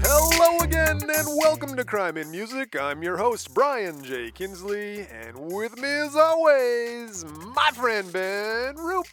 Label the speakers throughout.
Speaker 1: Hello again, and welcome to Crime in Music. I'm your host, Brian J. Kinsley, and with me, as always, my friend Ben Rupel.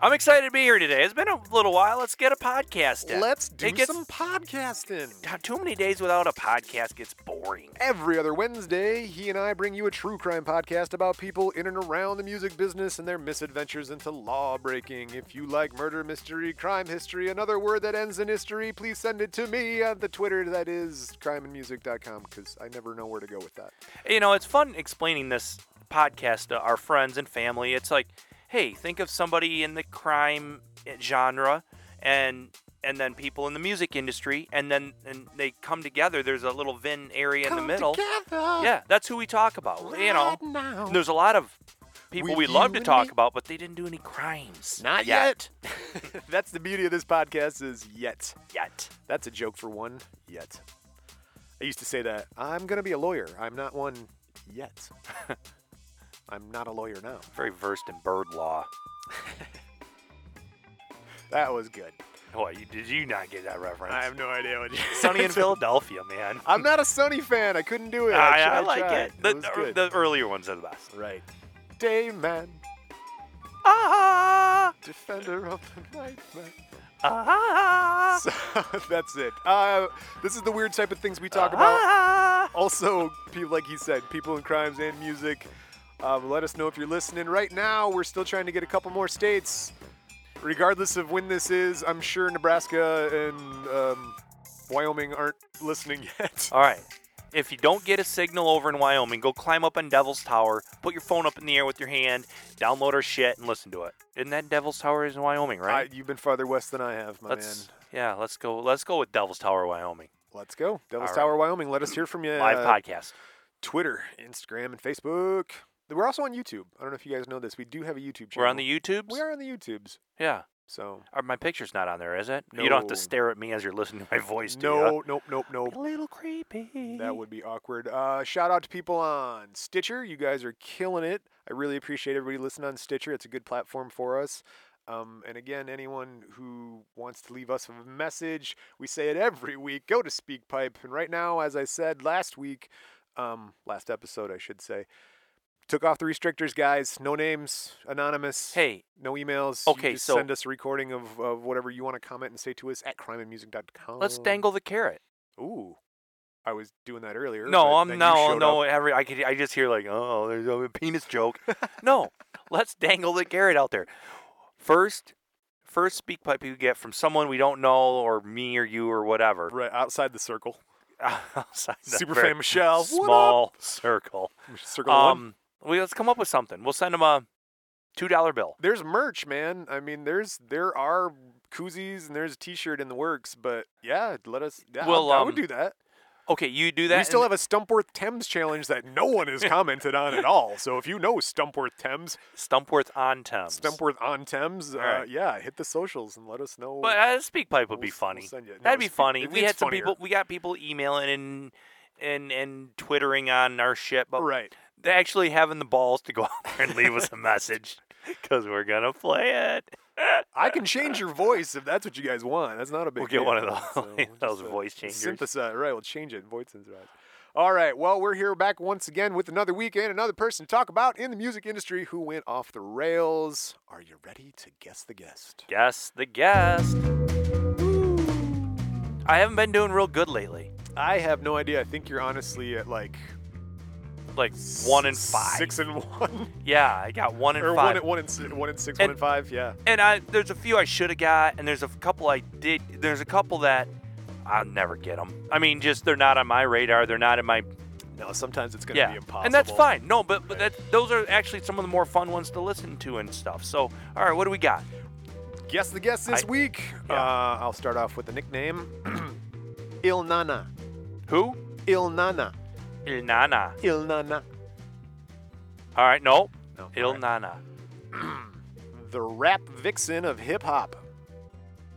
Speaker 2: I'm excited to be here today. It's been a little while. Let's get a podcast in.
Speaker 1: Let's do
Speaker 2: It gets-
Speaker 1: some podcasting.
Speaker 2: God, Too many days without a podcast gets boring.
Speaker 1: Every other Wednesday, he and I bring you a true crime podcast about people in and around the music business and their misadventures into law breaking. If you like murder mystery, crime history, another word that ends in history, please send it to me at the Twitter that is crimeandmusic.com because I never know where to go with that.
Speaker 2: You know, it's fun explaining this podcast to our friends and family. It's like, hey, think of somebody in the crime genre and and then people in the music industry and then and they come together. There's a little Vin area in the middle.
Speaker 1: Together
Speaker 2: Yeah, that's who we talk about. you know.
Speaker 1: right now.
Speaker 2: There's a lot of people
Speaker 1: With
Speaker 2: we
Speaker 1: you
Speaker 2: love to
Speaker 1: and
Speaker 2: talk
Speaker 1: me.
Speaker 2: about, but they didn't do any crimes.
Speaker 1: Not yet. That's the beauty of this podcast is yet.
Speaker 2: Yet.
Speaker 1: That's a joke for one yet. I used to say that I'm going to be a lawyer. I'm not one yet. I'm not a lawyer now.
Speaker 2: Very versed in bird law.
Speaker 1: That was good.
Speaker 2: What you, did you not get that reference?
Speaker 1: I have no idea what you
Speaker 2: Sunny in Philadelphia, man.
Speaker 1: I'm not a Sunny fan. I couldn't do it.
Speaker 2: I,
Speaker 1: I,
Speaker 2: I
Speaker 1: tried-
Speaker 2: like
Speaker 1: tried.
Speaker 2: it. The,
Speaker 1: was
Speaker 2: the-
Speaker 1: good.
Speaker 2: the earlier ones are the best.
Speaker 1: right. Day man,
Speaker 2: Ah,
Speaker 1: defender of the night man.
Speaker 2: ah,
Speaker 1: So, that's it. Uh, this is the weird type of things we talk about.
Speaker 2: ah.
Speaker 1: also, people, like he said, people in crimes and music. Um, let us know if you're listening. Right now, we're still trying to get a couple more states. Regardless of when this is, I'm sure Nebraska and um, Wyoming aren't listening yet.
Speaker 2: All right. If you don't get a signal over in Wyoming, go climb up on Devil's Tower, put your phone up in the air with your hand, download our shit, and listen to it. Isn't that Devil's Tower is in Wyoming, right?
Speaker 1: I, you've been farther west than I have, my
Speaker 2: let's
Speaker 1: man.
Speaker 2: yeah, let's go. Let's go with Devil's Tower, Wyoming.
Speaker 1: Let's go. Devil's
Speaker 2: All right.
Speaker 1: Tower, Wyoming. Let us hear from you.
Speaker 2: Live
Speaker 1: uh,
Speaker 2: podcast.
Speaker 1: Twitter, Instagram, and Facebook. We're also on YouTube. I don't know if you guys know this. We do have a YouTube channel.
Speaker 2: We're on the YouTubes.
Speaker 1: We are on the YouTubes.
Speaker 2: Yeah.
Speaker 1: So
Speaker 2: Or my picture's not on there, is it? You don't have
Speaker 1: No.
Speaker 2: to stare at me as you're listening to my voice, do ya?
Speaker 1: no, nope, nope, nope.
Speaker 2: A little creepy.
Speaker 1: That would be awkward. Uh, shout out to people on Stitcher. You guys are killing it. I really appreciate everybody listening on Stitcher. It's a good platform for us. Um, and again, anyone who wants to leave us a message, we say it every week. Go to SpeakPipe. And right now, as I said last week, um, last episode, I should say, took off the restrictors, guys. No names, anonymous.
Speaker 2: Hey,
Speaker 1: No emails.
Speaker 2: Okay,
Speaker 1: you just
Speaker 2: so-
Speaker 1: send us a recording of, of whatever you want to comment and say to us at crimeandmusic.com.
Speaker 2: let's dangle the carrot.
Speaker 1: Ooh, I was doing that earlier.
Speaker 2: No,
Speaker 1: but
Speaker 2: I'm
Speaker 1: then you
Speaker 2: no,
Speaker 1: showed
Speaker 2: no.
Speaker 1: up.
Speaker 2: Every I could, I just hear like, oh, there's a penis joke. no, let's dangle the carrot out there. First, first speak pipe you get from someone we don't know, or me, or you, or whatever.
Speaker 1: Right outside the circle.
Speaker 2: Outside the very
Speaker 1: Superfan Michelle. what up?
Speaker 2: small circle.
Speaker 1: Circle one.
Speaker 2: Um, we let's come up with something. We'll send them a two dollar bill.
Speaker 1: There's merch, man. I mean, there's there are koozies and there's a T-shirt in the works. But yeah, let us. Yeah,
Speaker 2: Well,
Speaker 1: I, I would
Speaker 2: um,
Speaker 1: do that.
Speaker 2: Okay, you do that.
Speaker 1: we still
Speaker 2: and-
Speaker 1: have a Stumpworth Thames challenge that no one has commented on at all. So if you know Stumpworth Thames,
Speaker 2: Stumpworth on Thames.
Speaker 1: Stumpworth on Thames, uh,
Speaker 2: right.
Speaker 1: yeah, hit the socials and let us know.
Speaker 2: But uh, speak pipe would
Speaker 1: We'll
Speaker 2: be
Speaker 1: s- we'll
Speaker 2: funny.
Speaker 1: send you- no,
Speaker 2: That'd be
Speaker 1: speak-
Speaker 2: funny.
Speaker 1: it-
Speaker 2: We
Speaker 1: it's
Speaker 2: had some
Speaker 1: funnier.
Speaker 2: people. We got people emailing and and and twittering on our shit, but
Speaker 1: right.
Speaker 2: they actually having the balls to go out there and leave us a message because we're gonna play it.
Speaker 1: I can change your voice if that's what you guys want. That's not a big.
Speaker 2: We'll get
Speaker 1: deal.
Speaker 2: one of those- those
Speaker 1: just, uh,
Speaker 2: voice changers.
Speaker 1: Synthesize, right? We'll change it. Voice synthesize. All right. Well, we're here back once again with another week and another person to talk about in the music industry who went off the rails. Are you ready to guess the guest?
Speaker 2: Guess the guest. I haven't been doing real good lately.
Speaker 1: I have no idea. I think you're honestly at like
Speaker 2: Like one in
Speaker 1: s-
Speaker 2: five.
Speaker 1: six and one,
Speaker 2: Yeah, I got one in
Speaker 1: or
Speaker 2: five.
Speaker 1: one at one and si- one and six,
Speaker 2: And-
Speaker 1: one and five. Yeah.
Speaker 2: and I there's a few I should have got, and there's a couple I did. There's a couple that I'll never get them. I mean, just they're not on my radar. They're not in my
Speaker 1: No, sometimes it's gonna
Speaker 2: yeah,
Speaker 1: be impossible.
Speaker 2: and that's fine. No, but but
Speaker 1: Right.
Speaker 2: that those are actually some of the more fun ones to listen to and stuff. So all right, what do we got?
Speaker 1: Guess the guest this
Speaker 2: I-
Speaker 1: week.
Speaker 2: Yeah.
Speaker 1: Uh, I'll start off with the nickname, Il Nana.
Speaker 2: Who?
Speaker 1: Il Nana.
Speaker 2: Il Nana.
Speaker 1: Il Nana.
Speaker 2: All right, no,
Speaker 1: No.
Speaker 2: Il
Speaker 1: alright.
Speaker 2: Nana,
Speaker 1: The rap vixen of hip hop.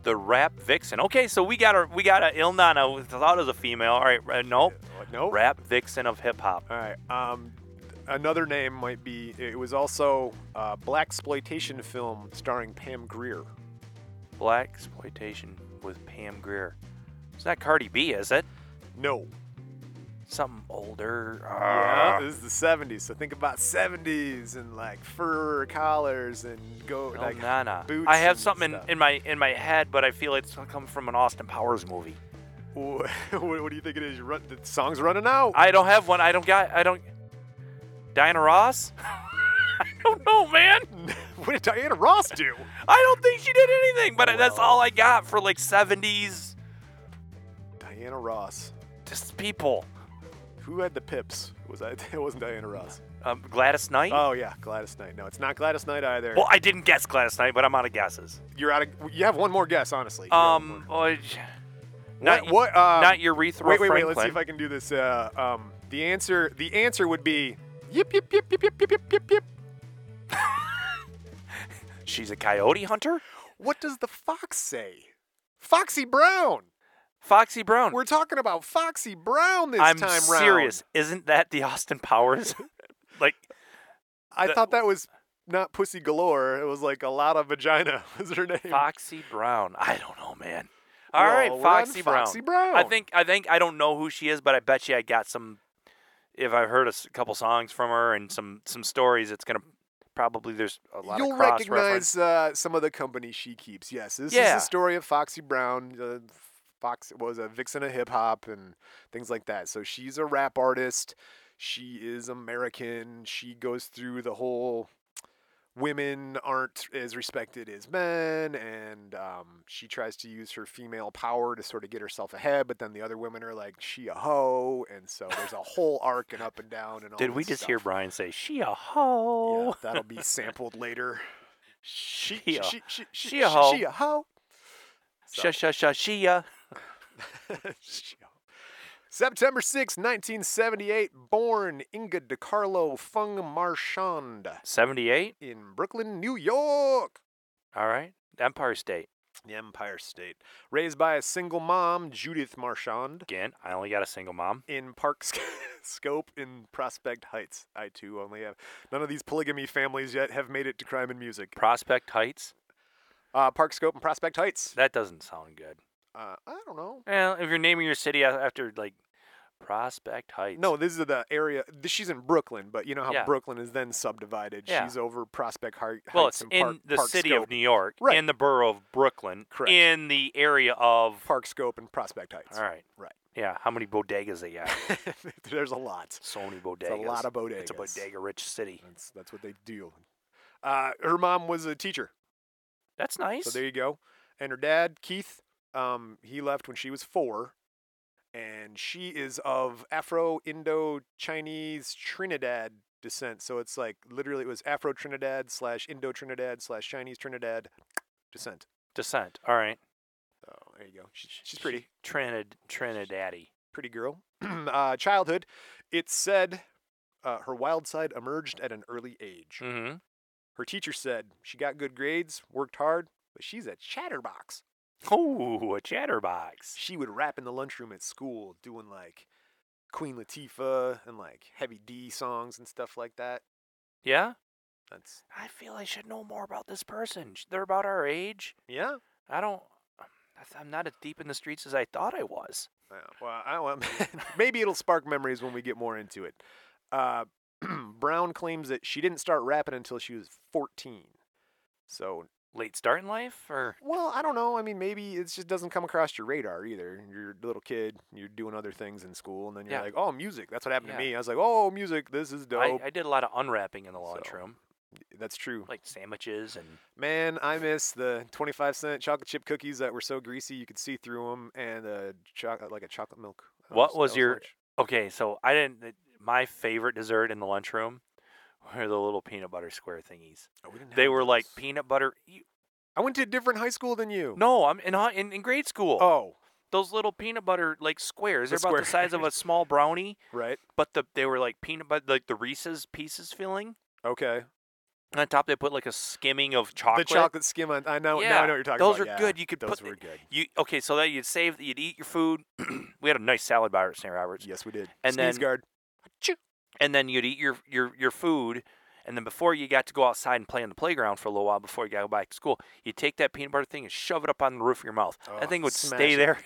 Speaker 2: the rap vixen. Okay, so we got a we got a Il Nana with thought as a female. All right, uh, no,
Speaker 1: No.
Speaker 2: rap vixen of hip hop.
Speaker 1: All right. Um, another name might be. It was also a black exploitation film starring Pam Grier.
Speaker 2: Black exploitation with Pam Grier. It's not Cardi B, is it?
Speaker 1: No.
Speaker 2: Something older.
Speaker 1: Yeah,
Speaker 2: Ah.
Speaker 1: this is the 70s. So think about 70s and like fur collars and go
Speaker 2: Oh,
Speaker 1: like
Speaker 2: nah, nah.
Speaker 1: boots
Speaker 2: I have
Speaker 1: and
Speaker 2: something in,
Speaker 1: stuff.
Speaker 2: in my in my head, but I feel it's come from an Austin Powers movie.
Speaker 1: what, what do you think it is? You run, the song's running out.
Speaker 2: I don't have one. I don't got. I don't. Diana Ross. I don't know, man.
Speaker 1: what did Diana Ross do?
Speaker 2: I don't think she did anything, but
Speaker 1: Oh,
Speaker 2: that's
Speaker 1: well.
Speaker 2: all I got for like 70s
Speaker 1: Diana Ross.
Speaker 2: just people.
Speaker 1: Who had the pips? Was I? It wasn't Diana Ross.
Speaker 2: Um, Gladys Knight.
Speaker 1: Oh yeah, Gladys Knight. No, it's not Gladys Knight either.
Speaker 2: well, I didn't guess Gladys Knight, but I'm out of guesses.
Speaker 1: You're out of. You have one more guess, honestly. You have one
Speaker 2: Um,
Speaker 1: more.
Speaker 2: oh, j- not
Speaker 1: what? what um,
Speaker 2: not urethra.
Speaker 1: Wait, wait, wait.
Speaker 2: Franklin.
Speaker 1: Let's see if I can do this. Uh, um, the answer. The answer would be. Yip yip yip yip yip yip yip yip yip.
Speaker 2: She's a coyote hunter.
Speaker 1: What does the fox say? Foxy Brown.
Speaker 2: Foxy Brown.
Speaker 1: We're talking about Foxy Brown this
Speaker 2: I'm
Speaker 1: time round.
Speaker 2: serious. Isn't that the Austin Powers? like
Speaker 1: I
Speaker 2: That-
Speaker 1: thought that was not pussy galore. It was like a lot of vagina. Was her name?
Speaker 2: Foxy Brown. I don't know, man. All
Speaker 1: Well,
Speaker 2: right,
Speaker 1: we're on
Speaker 2: Foxy Brown.
Speaker 1: Foxy Brown.
Speaker 2: I think I think I don't know who she is, but I bet you I got some. If I've heard a s- couple songs from her and some some stories, it's gonna probably there's a lot
Speaker 1: You'll
Speaker 2: of cross reference.
Speaker 1: recognize uh, some of the company she keeps. Yes, this is
Speaker 2: Yeah.
Speaker 1: the story of Foxy Brown. Uh, Fox was a vixen of hip hop and things like that. So she's a rap artist. She is American. She goes through the whole women aren't as respected as men, and um, she tries to use her female power to sort of get herself ahead. But then the other women are like, "She a hoe," and so there's a whole arc and up and down and all.
Speaker 2: Did we
Speaker 1: this
Speaker 2: just
Speaker 1: stuff.
Speaker 2: hear Brian say she a
Speaker 1: Yeah,
Speaker 2: hoe?
Speaker 1: that'll be sampled later.
Speaker 2: Oh. She,
Speaker 1: She,
Speaker 2: a
Speaker 1: she, she, she,
Speaker 2: she a hoe.
Speaker 1: She a hoe.
Speaker 2: sha sha sha she a.
Speaker 1: She a hoe. September 6, 1978, born Inga DiCarlo Fung Marchand
Speaker 2: Seventy eight.
Speaker 1: in Brooklyn, New York.
Speaker 2: All right, Empire State
Speaker 1: The Empire State. Raised by a single mom, Judith Marchand,
Speaker 2: again. I only got a single mom.
Speaker 1: in Park Sc- Scope in Prospect Heights. I too only have. None of these polygamy families yet have made it to crime and music.
Speaker 2: Prospect Heights.
Speaker 1: Uh, Park Scope and Prospect Heights.
Speaker 2: That doesn't sound good.
Speaker 1: Uh, I don't know.
Speaker 2: Well, if you're naming your city a- after like Prospect Heights.
Speaker 1: No, this is the area. th- She's in Brooklyn, but you know how
Speaker 2: Yeah.
Speaker 1: Brooklyn is then subdivided.
Speaker 2: Yeah.
Speaker 1: She's over Prospect Height- Heights
Speaker 2: Well, it's
Speaker 1: and
Speaker 2: in
Speaker 1: Park,
Speaker 2: the
Speaker 1: Park
Speaker 2: city
Speaker 1: Scope,
Speaker 2: of New York,
Speaker 1: Right.
Speaker 2: in the borough of Brooklyn,
Speaker 1: Correct.
Speaker 2: in the area of.
Speaker 1: Park Scope and Prospect Heights.
Speaker 2: All right.
Speaker 1: Right.
Speaker 2: Yeah. How many bodegas they got?
Speaker 1: There's a lot.
Speaker 2: so many bodegas.
Speaker 1: It's a lot of bodegas.
Speaker 2: It's a bodega-rich city.
Speaker 1: That's that's what they do. Uh, her mom was a teacher,
Speaker 2: That's nice.
Speaker 1: so there you go. And her dad, Keith, um, he left when she was four, and she is of Afro-Indo-Chinese Trinidad descent. So it's like literally, it was Afro-Trinidad slash Indo-Trinidad slash Chinese Trinidad descent.
Speaker 2: Descent. All right.
Speaker 1: So Oh, there you go. She's, she's pretty,
Speaker 2: Trinid Trinidaddy.
Speaker 1: pretty girl. uh, childhood. It said uh, her wild side emerged at an early age.
Speaker 2: Mm-hmm.
Speaker 1: Her teacher said she got good grades, worked hard, but she's a chatterbox.
Speaker 2: Oh, a chatterbox.
Speaker 1: She would rap in the lunchroom at school, doing like Queen Latifah and like Heavy D songs and stuff like that.
Speaker 2: Yeah.
Speaker 1: That's
Speaker 2: I feel I should know more about this person. Sh- They're about our age.
Speaker 1: yeah.
Speaker 2: I don't. I th- I'm not as deep in the streets as I thought I was.
Speaker 1: Yeah, Uh, Well, I don't, maybe it'll spark memories when we get more into it. Uh, Brown claims that she didn't start rapping until she was 14. So
Speaker 2: Late start in life, or
Speaker 1: Well, I don't know. I mean, maybe it just doesn't come across your radar either. You're a little kid, you're doing other things in school, and then you're
Speaker 2: Yeah.
Speaker 1: like, oh, music. That's what happened
Speaker 2: Yeah.
Speaker 1: to me. I was like, oh, music. This is
Speaker 2: I,
Speaker 1: dope.
Speaker 2: I did a lot of unwrapping in the
Speaker 1: So-
Speaker 2: lunchroom,
Speaker 1: That's true.
Speaker 2: like sandwiches and
Speaker 1: Man, I miss the 25 cent chocolate chip cookies that were so greasy you could see through them and uh, choc- like a chocolate milk. That
Speaker 2: What
Speaker 1: that
Speaker 2: was your-
Speaker 1: lunch.
Speaker 2: Okay, so I didn't. th- My favorite dessert in the lunchroom were the little peanut butter square thingies.
Speaker 1: Oh, we didn't
Speaker 2: They
Speaker 1: have
Speaker 2: were like
Speaker 1: those.
Speaker 2: peanut butter. you-
Speaker 1: I went to a different high school than you.
Speaker 2: No, I'm in hi- in, in grade school.
Speaker 1: Oh,
Speaker 2: Those little peanut butter like squares.
Speaker 1: The
Speaker 2: They're about the size of a
Speaker 1: squares.
Speaker 2: small brownie,
Speaker 1: right.
Speaker 2: but the they were like peanut butter, like the Reese's Pieces filling.
Speaker 1: Okay.
Speaker 2: And on top, they put like a skimming of chocolate.
Speaker 1: The chocolate skim on. I know. Now I know what you're talking
Speaker 2: those
Speaker 1: about.
Speaker 2: are
Speaker 1: Yeah,
Speaker 2: good. You could
Speaker 1: Those
Speaker 2: put
Speaker 1: were good.
Speaker 2: you okay. So that you'd save, you'd eat your food. we had a nice salad bar at St. Roberts.
Speaker 1: Yes, we did.
Speaker 2: And
Speaker 1: Sneeze
Speaker 2: then-
Speaker 1: guard. Achoo.
Speaker 2: and then you'd eat your your your food and then before you got to go outside and play on the playground for a little while before you got to go back to school, you'd take that peanut butter thing and shove it up on the roof of your mouth.
Speaker 1: Oh,
Speaker 2: that thing would
Speaker 1: smash
Speaker 2: stay
Speaker 1: it.
Speaker 2: there.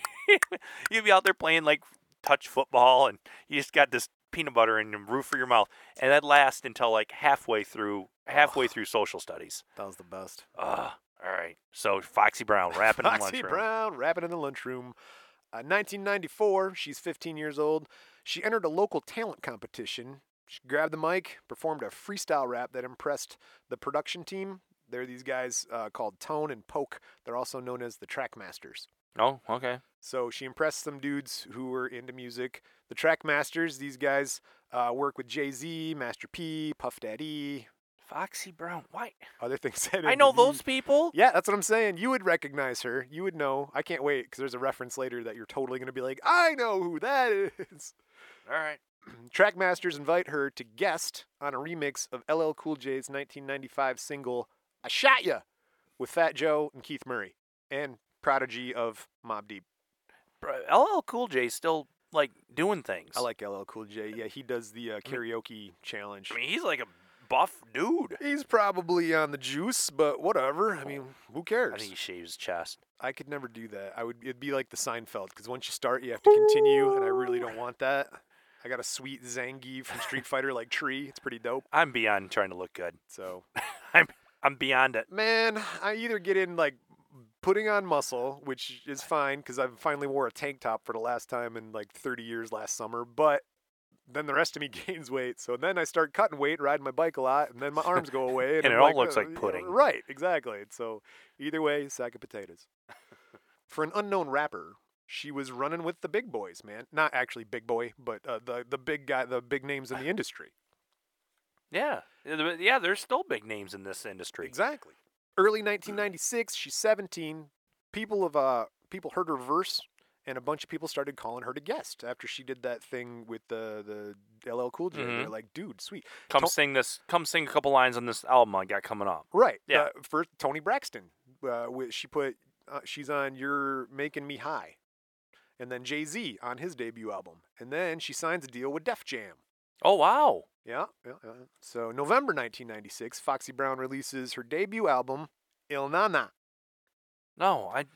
Speaker 2: You'd be out there playing like touch football, and you just got this peanut butter in the roof of your mouth, and that lasts until like halfway through halfway through social studies.
Speaker 1: That was the best.
Speaker 2: Ugh. All right. So Foxy Brown rapping in the
Speaker 1: Foxy
Speaker 2: lunchroom.
Speaker 1: Brown rapping in the lunchroom. Uh, 1994, she's 15 years old. She entered a local talent competition. She grabbed the mic, performed a freestyle rap that impressed the production team. They're these guys uh, called Tone and Poke. They're also known as the Trackmasters.
Speaker 2: Oh, okay.
Speaker 1: So she impressed some dudes who were into music. The Trackmasters, these guys uh, work with Jay Z, Master P, Puff Daddy,
Speaker 2: Foxy Brown. Why?
Speaker 1: other things. that
Speaker 2: I know
Speaker 1: end with E.
Speaker 2: those people.
Speaker 1: Yeah, that's what I'm saying. You would recognize her. You would know. I can't wait because there's a reference later that you're totally going to be like, I know who that is.
Speaker 2: All right.
Speaker 1: Trackmasters invite her to guest on a remix of LL Cool J's 1995 single, I Shot Ya, with Fat Joe and Keith Murray, and Prodigy of Mob Deep.
Speaker 2: Bro, LL Cool J's still like doing things.
Speaker 1: I like LL Cool J. Yeah, he does the uh, karaoke challenge.
Speaker 2: I mean, he's like a buff dude.
Speaker 1: He's probably on the juice, but whatever. I mean, who cares?
Speaker 2: I think he shaves his chest.
Speaker 1: I could never do that. I would. It'd be like the Seinfeld, because once you start, you have to continue, and I really don't want that. I got a sweet Zangief from Street Fighter, like tree. It's pretty dope.
Speaker 2: I'm beyond trying to look good.
Speaker 1: So,
Speaker 2: I'm I'm beyond it.
Speaker 1: man, I either get in like putting on muscle, which is fine, because I finally wore a tank top for the last time in like 30 years last summer, but. Then the rest of me gains weight, so then I start cutting weight, riding my bike a lot, and then my arms go away, and, I'm
Speaker 2: And it all
Speaker 1: like,
Speaker 2: looks
Speaker 1: "Uh,
Speaker 2: like
Speaker 1: yeah,
Speaker 2: pudding."
Speaker 1: Right, exactly. So either way, sack of potatoes. for an unknown rapper, she was running with the big boys, man. Not actually big boy, but uh, the the big guy, the big names in the industry.
Speaker 2: Yeah. Yeah, there's still big names in this industry.
Speaker 1: Exactly. Early 1996, she's 17. People of uh people heard her verse, and a bunch of people started calling her to guest after she did that thing with the the LL Cool J. They're
Speaker 2: Mhm.
Speaker 1: like, dude, sweet.
Speaker 2: Come
Speaker 1: Don't-
Speaker 2: sing this. Come sing a couple lines on this album I got coming up.
Speaker 1: Right.
Speaker 2: Yeah.
Speaker 1: Uh, for Tony Braxton, uh, wi- she put uh, she's on "You're Making Me High," and then Jay Z on his debut album, and then she signs a deal with Def Jam.
Speaker 2: Oh wow.
Speaker 1: Yeah, yeah, yeah. So November 1996, Foxy Brown releases her debut album, Il Nana.
Speaker 2: No, I.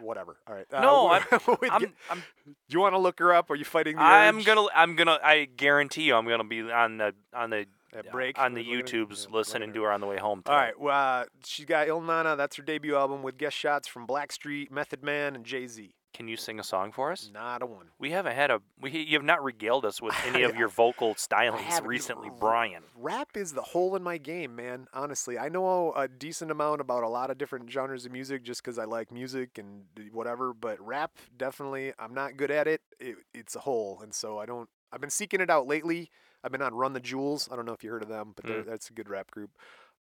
Speaker 1: Whatever. All right. Uh,
Speaker 2: No,
Speaker 1: we're- we
Speaker 2: I'm,
Speaker 1: get-
Speaker 2: I'm,
Speaker 1: do you want to look her up? Are you fighting the
Speaker 2: I'm
Speaker 1: urge?
Speaker 2: gonna I'm gonna I guarantee you I'm gonna be on the on the
Speaker 1: At break
Speaker 2: on the
Speaker 1: we're looking at-
Speaker 2: YouTubes
Speaker 1: yeah,
Speaker 2: listening
Speaker 1: looking
Speaker 2: to her on the way home.
Speaker 1: at- All right. Well, uh, she's got Il Nana. That's her debut album with guest shots from Blackstreet, Method Man, and Jay Z.
Speaker 2: Can you sing a song for us?
Speaker 1: Not a one.
Speaker 2: We haven't had a we you have not regaled us with any of
Speaker 1: I-
Speaker 2: your vocal
Speaker 1: I
Speaker 2: stylings
Speaker 1: haven't.
Speaker 2: recently,
Speaker 1: R-
Speaker 2: Brian.
Speaker 1: Rap is the hole in my game, man. Honestly, I know a decent amount about a lot of different genres of music just because I like music and d- whatever. But rap, definitely, I'm not good at it. it. It's a hole, and so I don't. I've been seeking it out lately. I've been on Run the Jewels. I don't know if you heard of them, but they're
Speaker 2: Mm.
Speaker 1: that's a good rap group.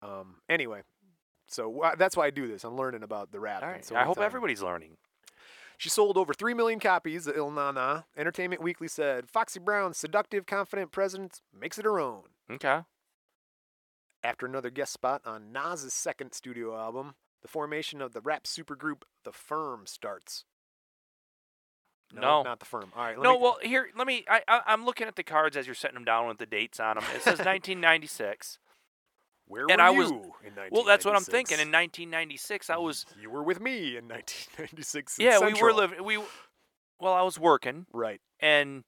Speaker 1: Um, anyway, so wh- that's why I do this. I'm learning about the rap.
Speaker 2: All
Speaker 1: and
Speaker 2: right.
Speaker 1: so
Speaker 2: I
Speaker 1: it's
Speaker 2: hope
Speaker 1: on-
Speaker 2: everybody's learning.
Speaker 1: she sold over 3 million copies of Il Nana. Entertainment Weekly said Foxy Brown's seductive, confident presence makes it her own.
Speaker 2: Okay.
Speaker 1: After another guest spot on Nas's second studio album, the formation of the rap supergroup The Firm starts.
Speaker 2: No.
Speaker 1: not The Firm. All right, let
Speaker 2: No,
Speaker 1: me-
Speaker 2: well, here, let me. I, I, I'm looking at the cards as you're setting them down with the dates on them. It says 1996.
Speaker 1: where
Speaker 2: and
Speaker 1: were
Speaker 2: I
Speaker 1: you
Speaker 2: was-
Speaker 1: in 1996?
Speaker 2: well, that's what I'm thinking. In 1996, I was.
Speaker 1: You were with me in 1996. in
Speaker 2: Yeah, we were
Speaker 1: Central.
Speaker 2: living. We, well, I was working,
Speaker 1: Right.
Speaker 2: and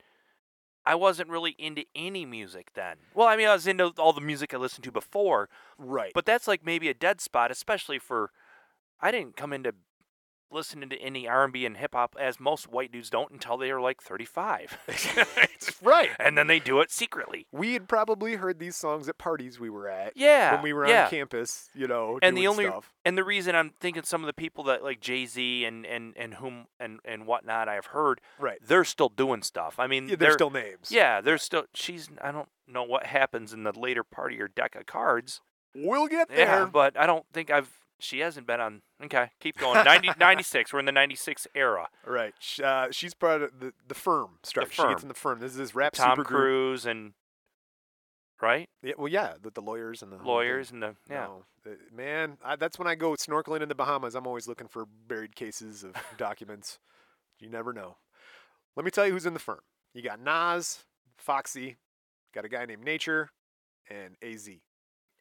Speaker 2: I wasn't really into any music then. Well, I mean, I was into all the music I listened to before,
Speaker 1: Right.
Speaker 2: but that's like maybe a dead spot, especially for. I didn't come into listening to any R&B and hip hop as most white dudes don't until they are like 35,
Speaker 1: right.
Speaker 2: and then they do it secretly.
Speaker 1: We had probably heard these songs at parties we were at
Speaker 2: Yeah,
Speaker 1: when we were
Speaker 2: yeah.
Speaker 1: on campus, you know,
Speaker 2: And the
Speaker 1: doing
Speaker 2: only-
Speaker 1: stuff.
Speaker 2: and the reason I'm thinking some of the people that like Jay Z and, and and whom and and whatnot I've heard,
Speaker 1: Right.
Speaker 2: they're still doing stuff. I mean,
Speaker 1: Yeah,
Speaker 2: they're
Speaker 1: they're still names.
Speaker 2: yeah, they're still. She's I don't know what happens in the later part of your deck of cards.
Speaker 1: We'll get
Speaker 2: Yeah,
Speaker 1: there.
Speaker 2: but I don't think I've. She hasn't been on. Okay, keep going. 90, 96. We're in the 96 era.
Speaker 1: Right. Sh- Uh, she's part of the, the firm structure. She
Speaker 2: Firm.
Speaker 1: gets in the firm. This is this rap
Speaker 2: Tom
Speaker 1: supergroup.
Speaker 2: Cruise and right
Speaker 1: Yeah, well, yeah, with the lawyers and the whole thing.
Speaker 2: lawyers and the yeah.
Speaker 1: Oh, No. Uh, man, I, that's when I go snorkeling in the Bahamas. I'm always looking for buried cases of documents. You never know. Let me tell you who's in the firm. You got Nas, Foxy, got a guy named Nature, and AZ.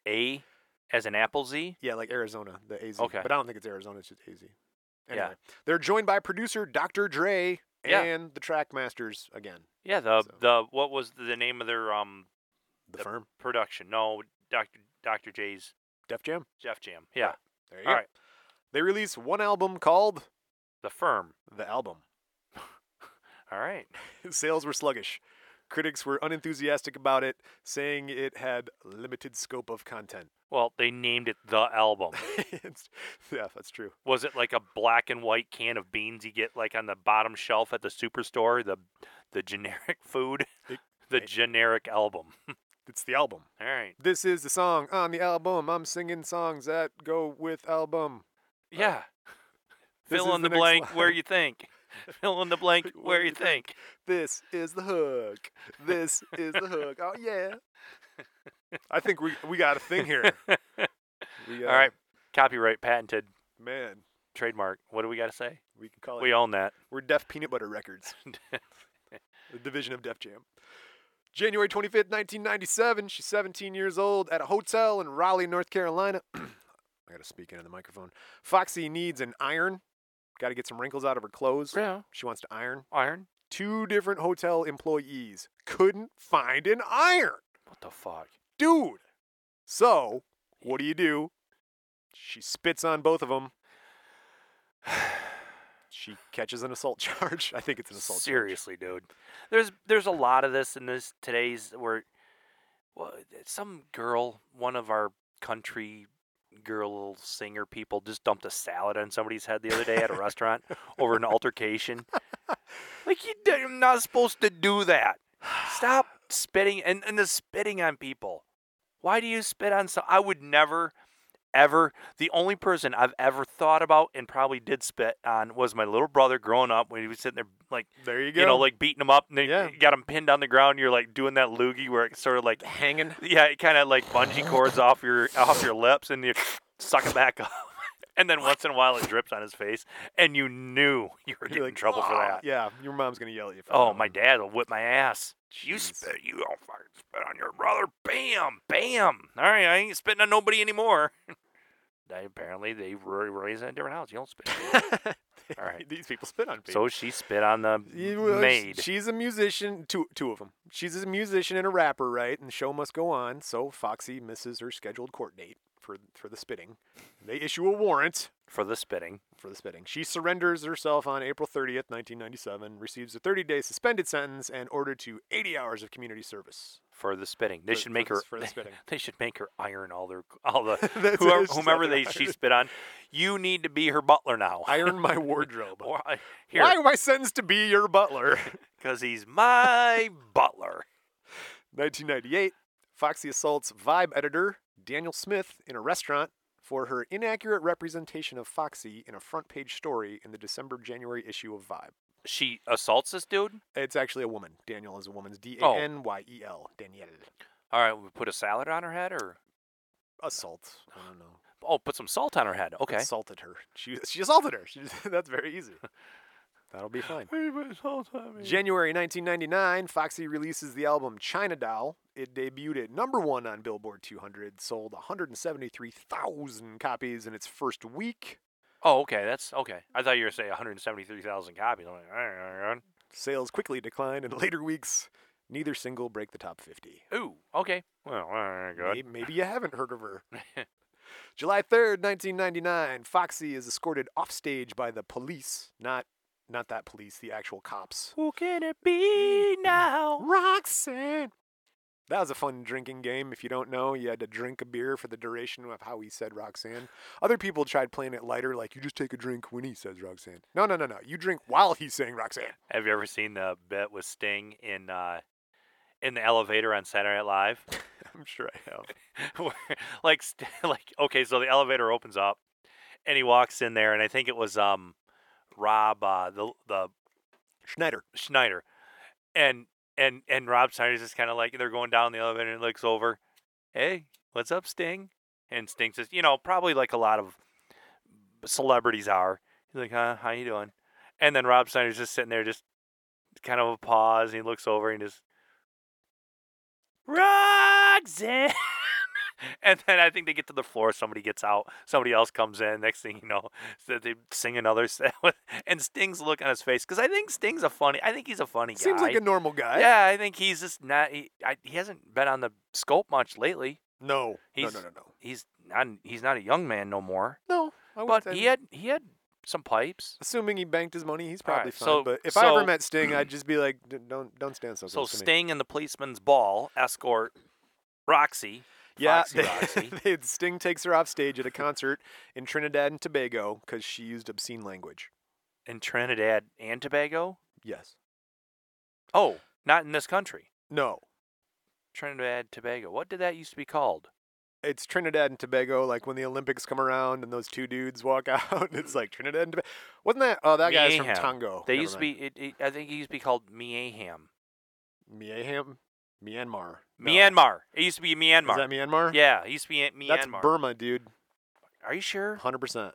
Speaker 2: A as an apple Z.
Speaker 1: Yeah, like Arizona, the AZ.
Speaker 2: Okay.
Speaker 1: But I don't think it's Arizona, it's just AZ.
Speaker 2: Yeah.
Speaker 1: Anyway, they're joined by producer Dr. Dre
Speaker 2: Yeah.
Speaker 1: and the Trackmasters again,
Speaker 2: Yeah, the
Speaker 1: So-
Speaker 2: the what was the name of their um
Speaker 1: the
Speaker 2: Yep.
Speaker 1: firm,
Speaker 2: production? No, Doctor Doctor J's
Speaker 1: Def Jam.
Speaker 2: Jeff Jam. Yeah,
Speaker 1: There you
Speaker 2: all
Speaker 1: go.
Speaker 2: right,
Speaker 1: They released one album called
Speaker 2: the firm.
Speaker 1: The Album.
Speaker 2: All right,
Speaker 1: Sales were sluggish. Critics were unenthusiastic about it, saying it had limited scope of content.
Speaker 2: well they named it the album.
Speaker 1: It's- yeah, that's true.
Speaker 2: Was it like a black and white can of beans you get like on the bottom shelf at the superstore? The the generic food,
Speaker 1: It-
Speaker 2: the
Speaker 1: it-
Speaker 2: generic album.
Speaker 1: It's the album.
Speaker 2: All right,
Speaker 1: This is the song on the album. I'm singing songs that go with album.
Speaker 2: yeah.
Speaker 1: This
Speaker 2: Fill
Speaker 1: is
Speaker 2: in
Speaker 1: the
Speaker 2: the,
Speaker 1: next
Speaker 2: blank where
Speaker 1: line.
Speaker 2: you think. Fill in the blank
Speaker 1: Where
Speaker 2: where
Speaker 1: you
Speaker 2: you think.
Speaker 1: This is the hook. This is the hook. Oh yeah. I think we we got a thing here. We, uh,
Speaker 2: All right, copyright, patented,
Speaker 1: man.
Speaker 2: trademark. What do we got to say?
Speaker 1: We can call it.
Speaker 2: We own that.
Speaker 1: We're Def Peanut Butter Records, the division of Def Jam. January 25th, 1997, she's 17 years old at a hotel in Raleigh, North Carolina. I gotta speak into the microphone. Foxy needs an iron. Gotta get some wrinkles out of her clothes.
Speaker 2: Yeah.
Speaker 1: She wants to iron.
Speaker 2: Iron.
Speaker 1: Two different hotel employees couldn't find an iron.
Speaker 2: What the fuck?
Speaker 1: Dude! So, what do you do? She spits on both of them. She catches an assault charge. I think it's an assault charge.
Speaker 2: Seriously, dude. There's there's a lot of this in this today's where well, some girl, one of our country girl singer people just dumped a salad on somebody's head the other day at a restaurant over an altercation. Like you d- you're not supposed to do that. Stop spitting and, and the spitting on people. Why do you spit on some I would never ever the only person I've ever thought about and probably did spit on was my little brother growing up when he was sitting there like
Speaker 1: There you go.
Speaker 2: you know, like beating him up, and then
Speaker 1: Yeah.
Speaker 2: you got him pinned on the ground. You're like doing that loogie where it sort of like,
Speaker 1: hanging.
Speaker 2: yeah, it kind of like bungee cords off your off your lips, and you suck it back up. And then once in a while, it drips on his face, and you knew you were getting in trouble for that.
Speaker 1: Yeah, your mom's gonna yell at you. For
Speaker 2: Oh,
Speaker 1: that
Speaker 2: my
Speaker 1: one.
Speaker 2: dad will whip my ass. You
Speaker 1: Jeez.
Speaker 2: spit, you don't fucking spit on your brother. Bam, bam. All right, I ain't spitting on nobody anymore. They, apparently, they were raised in a different house. You don't spit. All right.
Speaker 1: These people spit on people.
Speaker 2: So she spit on the
Speaker 1: You, uh, sh-
Speaker 2: maid.
Speaker 1: She's a musician. Two, two of them. She's a musician and a rapper, right? And the show must go on. So Foxy misses her scheduled court date for for the spitting. They issue a warrant
Speaker 2: for the spitting.
Speaker 1: for the spitting. She surrenders herself on April 30th, 1997. Receives a 30-day suspended sentence and ordered to 80 hours of community service.
Speaker 2: for the spitting. They
Speaker 1: For-
Speaker 2: should
Speaker 1: for
Speaker 2: make
Speaker 1: the-
Speaker 2: her
Speaker 1: for the spitting.
Speaker 2: They should make her iron all their all the
Speaker 1: That's it,
Speaker 2: whoever,
Speaker 1: it's just
Speaker 2: whomever
Speaker 1: out
Speaker 2: they
Speaker 1: there
Speaker 2: she spit on. You need to be her butler now.
Speaker 1: Iron my wardrobe.
Speaker 2: Or, uh,
Speaker 1: Why
Speaker 2: here,
Speaker 1: am I sentenced to be your butler?
Speaker 2: because he's my butler.
Speaker 1: 1998, Foxy assaults Vibe editor Daniel Smith in a restaurant for her inaccurate representation of Foxy in a front page story in the December January issue of Vibe.
Speaker 2: She assaults this dude.
Speaker 1: It's actually a woman. Daniel is a woman's D A
Speaker 2: Oh.
Speaker 1: N Y E L. Danielle.
Speaker 2: All right, we put a salad on her head, or
Speaker 1: Assault. I don't know.
Speaker 2: oh, put some salt on her head. Okay.
Speaker 1: Assaulted her. She, she assaulted her. She, that's very easy. That'll be fine. January 1999, Foxy releases the album China Doll. It debuted at number one on Billboard 200, sold 173,000 copies in its first week.
Speaker 2: oh, okay. That's okay. I thought you were saying 173,000 copies. I'm like, all right, all right, all
Speaker 1: Sales quickly decline in later weeks. Neither single break the top 50.
Speaker 2: right. ooh, okay. Well, all right, good.
Speaker 1: May- Maybe you haven't heard of her. July 3rd, 1999, Foxy is escorted offstage by the police. Not, not that police, the actual cops.
Speaker 2: Who can it be now?
Speaker 1: Roxanne. That was a fun drinking game. If you don't know, you had to drink a beer for the duration of how he said Roxanne. Other people tried playing it lighter, like you just take a drink when he says Roxanne. No, no, no, no. You drink while he's saying Roxanne.
Speaker 2: Have you ever seen the bit with Sting in uh, in the elevator on Saturday Night Live?
Speaker 1: I'm sure I have.
Speaker 2: Where, like, St- like okay, so the elevator opens up, and he walks in there, and I think it was um, Rob uh, the the
Speaker 1: Schneider.
Speaker 2: Schneider, and and and Rob Schneider's just kind of like they're going down the elevator, and he looks over, hey, what's up, Sting? And Sting says, you know, probably like a lot of celebrities are. He's like, huh, how you doing? And then Rob Schneider's just sitting there, just kind of a pause. And he looks over and just, Roxanne. and then I think they get to the floor. Somebody gets out. Somebody else comes in. Next thing you know, so they sing another set. and Sting's look on his face because I think Sting's a funny. I think he's a funny guy.
Speaker 1: Seems like a normal guy.
Speaker 2: yeah, I think he's just not. He, I, he hasn't been on the scope much lately.
Speaker 1: No.
Speaker 2: He's-
Speaker 1: no. No. No. No.
Speaker 2: He's not. He's not a young man no more.
Speaker 1: No. I wouldn't
Speaker 2: But
Speaker 1: say-
Speaker 2: he had he had some pipes.
Speaker 1: Assuming he banked his money, he's probably
Speaker 2: right,
Speaker 1: fine.
Speaker 2: so-
Speaker 1: but if I ever
Speaker 2: so-
Speaker 1: met Sting, I'd just be like, "D- "Don't, don't stand so
Speaker 2: So
Speaker 1: close to me."
Speaker 2: Sting and the policeman's ball escort Roxy.
Speaker 1: Yeah,
Speaker 2: Foxy Roxy.
Speaker 1: they- Sting takes her off stage at a concert in Trinidad and Tobago because she used obscene language.
Speaker 2: in Trinidad and Tobago.
Speaker 1: Yes.
Speaker 2: Oh, not in this country.
Speaker 1: No.
Speaker 2: Trinidad Tobago. What did that used to be called?
Speaker 1: It's Trinidad and Tobago. Like when the Olympics come around and those two dudes walk out, it's like Trinidad and Tobago. Wasn't that? Oh, that guy's from
Speaker 2: Meahem.
Speaker 1: Tongo.
Speaker 2: They
Speaker 1: Never
Speaker 2: used to
Speaker 1: mind.
Speaker 2: be. It, it, I think it used to be called Miaham.
Speaker 1: Miaham, Myanmar. No.
Speaker 2: Myanmar. It used to be Myanmar.
Speaker 1: Is that Myanmar?
Speaker 2: yeah, it used to be in- Myanmar.
Speaker 1: That's Burma, dude.
Speaker 2: Are you sure?
Speaker 1: Hundred percent.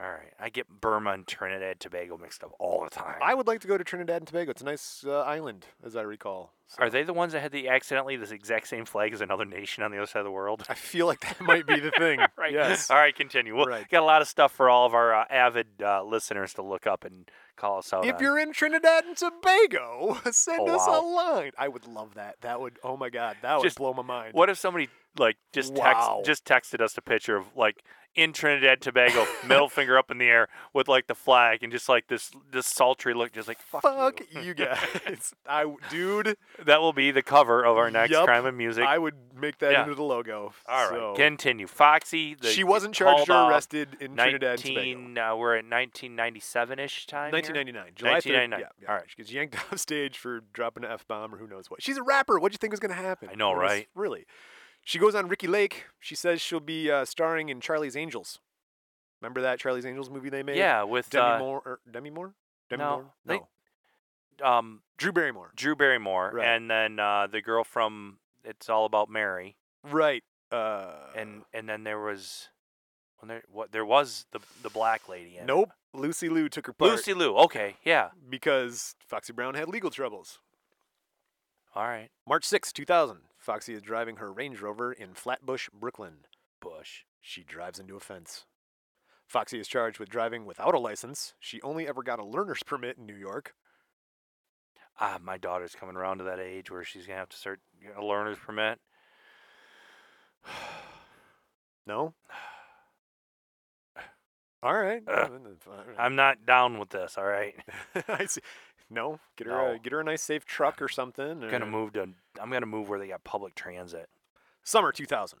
Speaker 2: All right, I get Burma and Trinidad Tobago mixed up all the time.
Speaker 1: I would like to go to Trinidad and Tobago. It's a nice uh, island, as I recall. So
Speaker 2: Are they the ones that had the accidentally this exact same flag as another nation on the other side of the world?
Speaker 1: I feel like that might be the thing.
Speaker 2: right.
Speaker 1: Yes.
Speaker 2: All right, continue. Well,
Speaker 1: Right.
Speaker 2: got a lot of stuff for all of our uh, avid uh, listeners to look up and call us out.
Speaker 1: If
Speaker 2: on.
Speaker 1: you're in Trinidad and Tobago, send
Speaker 2: Oh,
Speaker 1: us a
Speaker 2: wow.
Speaker 1: line. I would love that. That would, oh my God, that would
Speaker 2: Just-
Speaker 1: blow my mind.
Speaker 2: What if somebody like just
Speaker 1: Wow.
Speaker 2: text, just texted us a picture of like in Trinidad Tobago, middle finger up in the air with like the flag and just like this this sultry look, just like fuck,
Speaker 1: Fuck
Speaker 2: you."
Speaker 1: you guys. I, w- dude,
Speaker 2: That will be the cover of our next
Speaker 1: Yup.
Speaker 2: crime and music.
Speaker 1: I would make that
Speaker 2: Yeah.
Speaker 1: into the logo.
Speaker 2: All right,
Speaker 1: So,
Speaker 2: continue. Foxy, the,
Speaker 1: she wasn't
Speaker 2: called
Speaker 1: charged or
Speaker 2: off
Speaker 1: arrested in Trinidad and Tobago.
Speaker 2: 19, uh, we're at 1997 ish time. here?
Speaker 1: 1999, July 3rd,
Speaker 2: 1999.
Speaker 1: Yeah, yeah.
Speaker 2: All right.
Speaker 1: She gets yanked off stage for dropping an F bomb or who knows what. She's a rapper. What do you think was going to happen?
Speaker 2: I know,
Speaker 1: It was-
Speaker 2: right?
Speaker 1: Really. She goes on Ricky Lake. She says she'll be uh, starring in Charlie's Angels. Remember that Charlie's Angels movie they made?
Speaker 2: Yeah, with
Speaker 1: Demi
Speaker 2: uh,
Speaker 1: Moore. Or Demi Moore? Demi
Speaker 2: no,
Speaker 1: Moore?
Speaker 2: they-
Speaker 1: no.
Speaker 2: um,
Speaker 1: Drew Barrymore.
Speaker 2: Drew Barrymore
Speaker 1: Right.
Speaker 2: and then uh, the girl from It's All About Mary.
Speaker 1: Right. Uh,
Speaker 2: and and then there was when there what there was the the black lady in it.
Speaker 1: nope. Lucy Liu took her part
Speaker 2: Lucy Liu. Okay, yeah,
Speaker 1: because Foxy Brown had legal troubles.
Speaker 2: all right.
Speaker 1: March 6, 2000. Foxy is driving her Range Rover in Flatbush, Brooklyn.
Speaker 2: Bush.
Speaker 1: She drives into a fence. Foxy is charged with driving without a license. She only ever got a learner's permit in New York.
Speaker 2: Ah, my daughter's coming around to that age where she's gonna have to start getting a learner's permit.
Speaker 1: No? All right.
Speaker 2: Uh,
Speaker 1: i
Speaker 2: I'm not down with this. All right,
Speaker 1: see. No, get her A,
Speaker 2: No.
Speaker 1: get her a nice safe truck or something. Or...
Speaker 2: I'm gonna move to. I'm gonna move where they got public transit.
Speaker 1: Summer 2000.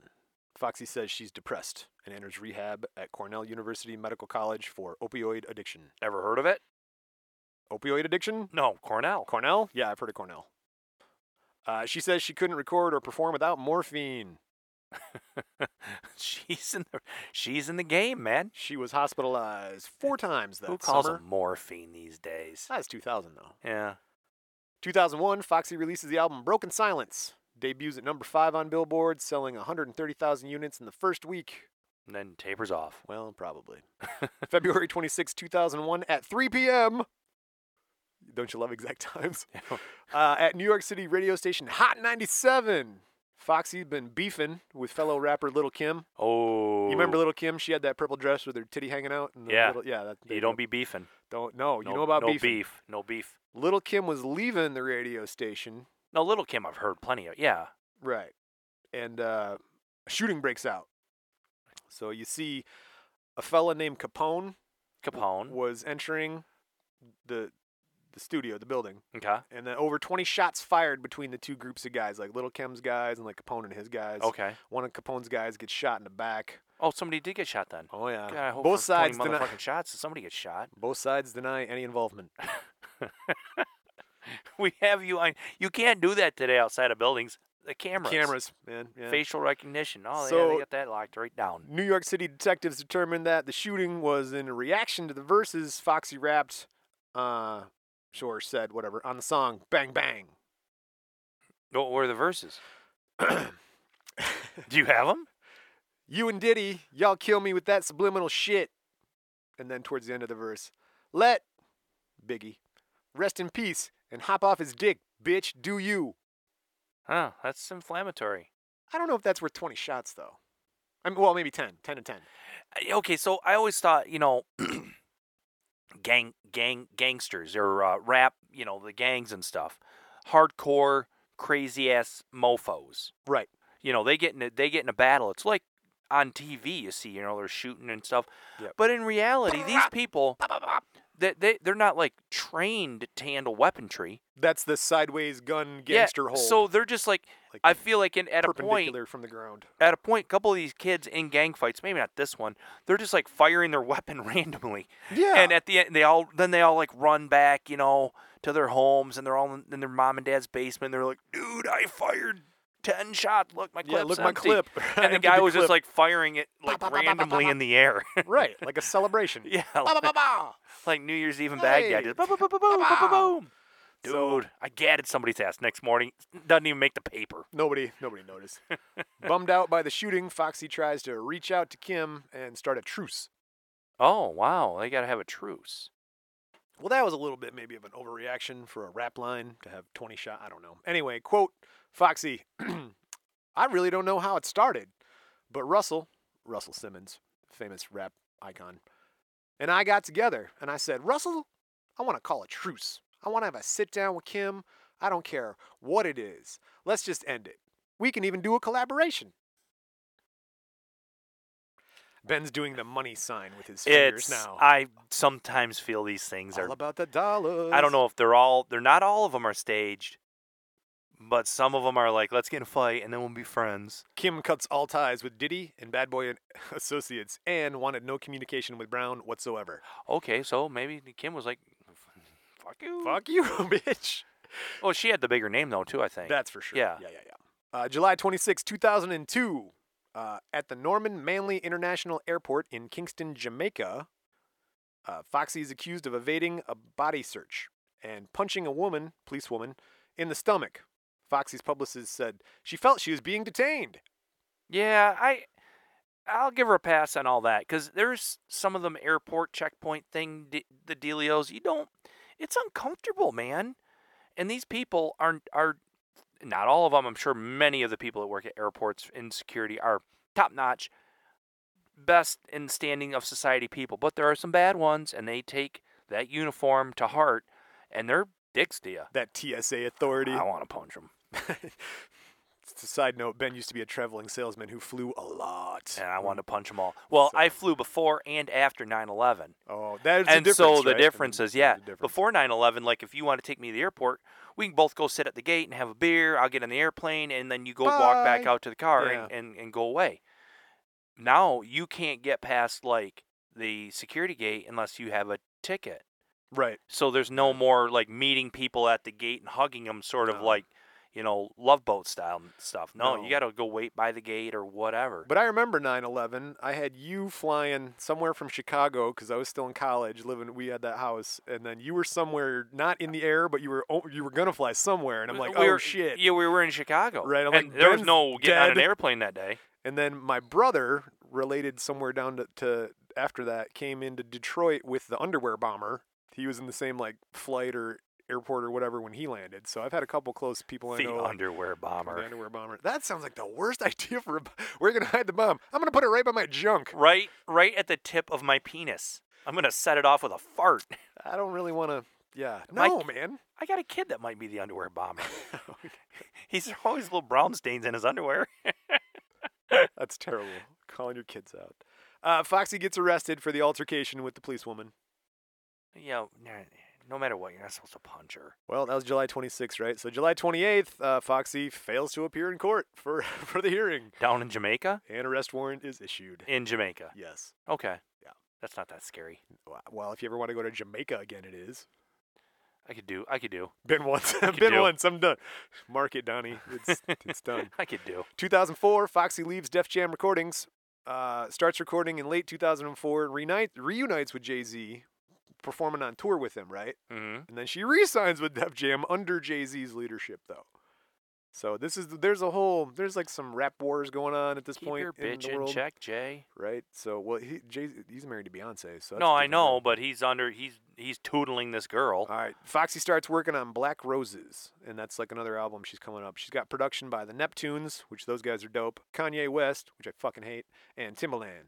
Speaker 1: Foxy says she's depressed and enters rehab at Cornell University Medical College for opioid addiction.
Speaker 2: Ever heard of it?
Speaker 1: Opioid addiction?
Speaker 2: No, Cornell.
Speaker 1: Cornell? Yeah, I've heard of Cornell. Uh, she says she couldn't record or perform without morphine.
Speaker 2: she's in the she's in the game, man.
Speaker 1: She was hospitalized four times that
Speaker 2: Who calls
Speaker 1: summer.
Speaker 2: it morphine these days?
Speaker 1: That's 2000 though.
Speaker 2: Yeah.
Speaker 1: 2001, Foxy releases the album Broken Silence. Debuts at number five on Billboard, selling 130,000 units in the first week.
Speaker 2: And then tapers off.
Speaker 1: Well, probably. February 26, 2001, at 3 p.m. Don't you love exact times? uh, at New York City radio station Hot 97. Foxy's been beefing with fellow rapper Little Kim.
Speaker 2: Oh.
Speaker 1: You remember Little Kim? She had that purple dress with her titty hanging out. And the
Speaker 2: Yeah.
Speaker 1: Little, yeah. That,
Speaker 2: You don't be beefing.
Speaker 1: Don't. No. You
Speaker 2: No-
Speaker 1: know about
Speaker 2: no
Speaker 1: beefing.
Speaker 2: beef. No beef.
Speaker 1: Little Kim was leaving the radio station,
Speaker 2: No, Little Kim, I've heard plenty of. Yeah.
Speaker 1: right? And uh, a shooting breaks out. So you see, a fella named Capone
Speaker 2: Capone.
Speaker 1: was entering the the studio, the building,
Speaker 2: Okay.
Speaker 1: and then over 20 shots fired between the two groups of guys, like Little Kim's guys and like Capone and his guys.
Speaker 2: Okay.
Speaker 1: One of Capone's guys gets shot in the back.
Speaker 2: Oh, somebody did get shot then.
Speaker 1: Oh yeah.
Speaker 2: God, I hope
Speaker 1: Both
Speaker 2: for 20
Speaker 1: sides deny.
Speaker 2: motherfucking shots. that Somebody gets shot.
Speaker 1: Both sides deny any involvement.
Speaker 2: We have you on. You can't do that today outside of buildings. The cameras.
Speaker 1: Cameras, man. Yeah.
Speaker 2: Facial recognition. Oh, yeah,
Speaker 1: So-
Speaker 2: they got that locked right down.
Speaker 1: New York City detectives determined that the shooting was in reaction to the verses Foxy rapped, uh, Shore said, whatever, on the song Bang Bang.
Speaker 2: What were the verses? Do you have them?
Speaker 1: You and Diddy, y'all kill me with that subliminal shit. And then towards the end of the verse, let Biggie rest in peace and hop off his dick, bitch, do you.
Speaker 2: Huh. That's inflammatory.
Speaker 1: I don't know if that's worth 20 shots though. I mean, well, maybe 10, 10 to 10.
Speaker 2: I- Okay, so I always thought, you know, gang gang gangsters or uh, rap, you know, the gangs and stuff. Hardcore crazy ass mofos.
Speaker 1: Right.
Speaker 2: You know, they get in a, they get in a battle. It's like on TV you see, you know, they're shooting and stuff.
Speaker 1: Yep.
Speaker 2: But in reality, these people they, they they're not like trained to handle weaponry.
Speaker 1: That's the sideways gun gangster
Speaker 2: yeah,
Speaker 1: hold.
Speaker 2: So they're just like
Speaker 1: like
Speaker 2: I feel like in at a point
Speaker 1: perpendicular from the ground.
Speaker 2: at a point, a couple of these kids in gang fights, maybe not this one, they're just like firing their weapon randomly.
Speaker 1: Yeah.
Speaker 2: And at the end, they all then they all like run back, you know, to their homes, and they're all in, in their mom and dad's basement. They're like, "Dude, I fired ten shots. Look, my clip.
Speaker 1: yeah, look my clip.
Speaker 2: And the
Speaker 1: Empty
Speaker 2: guy was just
Speaker 1: clip.
Speaker 2: like firing it like
Speaker 1: Ba, ba, ba, ba, ba,
Speaker 2: randomly
Speaker 1: ba.
Speaker 2: in the air.
Speaker 1: right, like a celebration.
Speaker 2: yeah,
Speaker 1: Ba, ba,
Speaker 2: like,
Speaker 1: ba, ba.
Speaker 2: like New Year's Eve in
Speaker 1: Hey.
Speaker 2: Baghdad. Just ba, ba, ba, ba, boom, ba, ba, boom. Dude,
Speaker 1: So-
Speaker 2: I gadded somebody's ass next morning. Doesn't even make the paper.
Speaker 1: Nobody, nobody noticed. Bummed out by the shooting, Foxy tries to reach out to Kim and start a truce.
Speaker 2: Oh wow, they gotta have a truce.
Speaker 1: Well, that was a little bit maybe of an overreaction for a rap line to have 20 shot. I don't know. Anyway, quote Foxy, I really don't know how it started, but Russell, Russell Simmons, famous rap icon, and I got together and I said, Russell, I want to call a truce. I want to have a sit down with Kim. I don't care what it is. Let's just end it. We can even do a collaboration. Ben's doing the money sign with his fingers
Speaker 2: it's
Speaker 1: now.
Speaker 2: I sometimes feel these things are.
Speaker 1: All about the dollars.
Speaker 2: I don't know if they're all. They're not all of them are staged, but some of them are like, let's get in a fight and then we'll be friends.
Speaker 1: Kim cuts all ties with Diddy and Bad Boy and Associates and wanted no communication with Brown whatsoever.
Speaker 2: Okay, so maybe Kim was like, fuck you.
Speaker 1: Fuck you, bitch.
Speaker 2: Oh, she had the bigger name though too. I think.
Speaker 1: That's for sure.
Speaker 2: Yeah.
Speaker 1: Yeah, yeah, yeah. Uh, July 26, 2002, uh, at the Norman Manley International Airport in Kingston, Jamaica, uh, Foxy is accused of evading a body search and punching a woman, policewoman, in the stomach. Foxy's publicist said she felt she was being detained.
Speaker 2: yeah, I. I'll give her a pass on all that because there's some of them airport checkpoint thing, de- the dealios. You don't. It's uncomfortable, man. And these people are are not all of them. I'm sure many of the people that work at airports in security are top notch, best in standing of society people. But there are some bad ones, and they take that uniform to heart, and they're dicks to you.
Speaker 1: That TSA authority.
Speaker 2: I want to punch them,
Speaker 1: Just a side note, Ben used to be a traveling salesman who flew a lot.
Speaker 2: and I want to punch them all. Well,
Speaker 1: So-
Speaker 2: I flew before and after 9/11.
Speaker 1: Oh, that's
Speaker 2: and
Speaker 1: the difference.
Speaker 2: so the
Speaker 1: right? I mean,
Speaker 2: difference is,
Speaker 1: that's
Speaker 2: yeah,
Speaker 1: the difference.
Speaker 2: before 9-11, like if you want to take me to the airport, we can both go sit at the gate and have a beer. I'll get on the airplane, and then you go walk back
Speaker 1: Bye.
Speaker 2: out to the car and, and, and go away. Now you can't get past like the security gate unless you have a ticket.
Speaker 1: right,
Speaker 2: So there's no more like meeting people at the gate and hugging them, sort of
Speaker 1: No.
Speaker 2: like you know love boat style and stuff. No,
Speaker 1: No.
Speaker 2: you got to go wait by the gate or whatever.
Speaker 1: but I remember 9/11. I had you flying somewhere from Chicago because I was still in college, living. We had that house, and then you were somewhere not in the air, but you were o- you were gonna fly somewhere, and I'm like,
Speaker 2: we
Speaker 1: oh
Speaker 2: were,
Speaker 1: shit.
Speaker 2: Yeah, we were in Chicago.
Speaker 1: Right, I'm
Speaker 2: and
Speaker 1: like,
Speaker 2: there was
Speaker 1: Ben's
Speaker 2: no getting on an
Speaker 1: dead.
Speaker 2: airplane that day.
Speaker 1: And then my brother, related somewhere down to, to after that, came into Detroit with the underwear bomber. He was in the same like flight or airport or whatever when he landed. So I've had a couple close people I
Speaker 2: the
Speaker 1: know. like,
Speaker 2: underwear
Speaker 1: Or The
Speaker 2: bomber.
Speaker 1: underwear bomber. That sounds like the worst idea for a. b- We're gonna hide the bomb. I'm gonna put it right by my junk.
Speaker 2: Right, right at the tip of my penis. I'm gonna set it off with a fart.
Speaker 1: I don't really want to. Yeah.
Speaker 2: My-
Speaker 1: No, man.
Speaker 2: I got a kid that might be the underwear bomber. He's always little brown stains in his underwear.
Speaker 1: That's terrible. Calling your kids out. Uh, Foxy gets arrested for the altercation with the policewoman.
Speaker 2: Yeah, nah, no matter what, you're not supposed to punch her.
Speaker 1: Well, that was July 26th, right? So July 28th, uh, Foxy fails to appear in court for for the hearing,
Speaker 2: Down in Jamaica?
Speaker 1: and arrest warrant is issued.
Speaker 2: In Jamaica.
Speaker 1: Yes.
Speaker 2: Okay.
Speaker 1: Yeah.
Speaker 2: That's not that scary.
Speaker 1: Wa- Well, if you ever want to go to Jamaica again, it is.
Speaker 2: I could do. I could do.
Speaker 1: Been once.
Speaker 2: could
Speaker 1: Been
Speaker 2: do.
Speaker 1: once. I'm done. Mark it, Donnie. It's it's done.
Speaker 2: I could do.
Speaker 1: 2004, Foxy leaves Def Jam Recordings, uh, starts recording in late 2004, and reunite, reunites with Jay Z, performing on tour with him, right?
Speaker 2: hmm
Speaker 1: And then she re signs with Def Jam under Jay Z's leadership, though. So this is there's a whole there's like some rap wars going on at this
Speaker 2: Keep
Speaker 1: point
Speaker 2: your
Speaker 1: in
Speaker 2: bitch
Speaker 1: the
Speaker 2: in
Speaker 1: world,
Speaker 2: check, Jay.
Speaker 1: right? So well, he, Jay he's married to Beyonce, so that's
Speaker 2: no,
Speaker 1: a
Speaker 2: I
Speaker 1: different Uh,
Speaker 2: know,
Speaker 1: thing.
Speaker 2: but he's under. He's he's tootling this girl.
Speaker 1: All right. Foxy starts working on Black Roses, and that's like another album she's coming up. She's got production by the Neptunes, which those guys are dope, Kanye West, which I fucking hate, and Timbaland.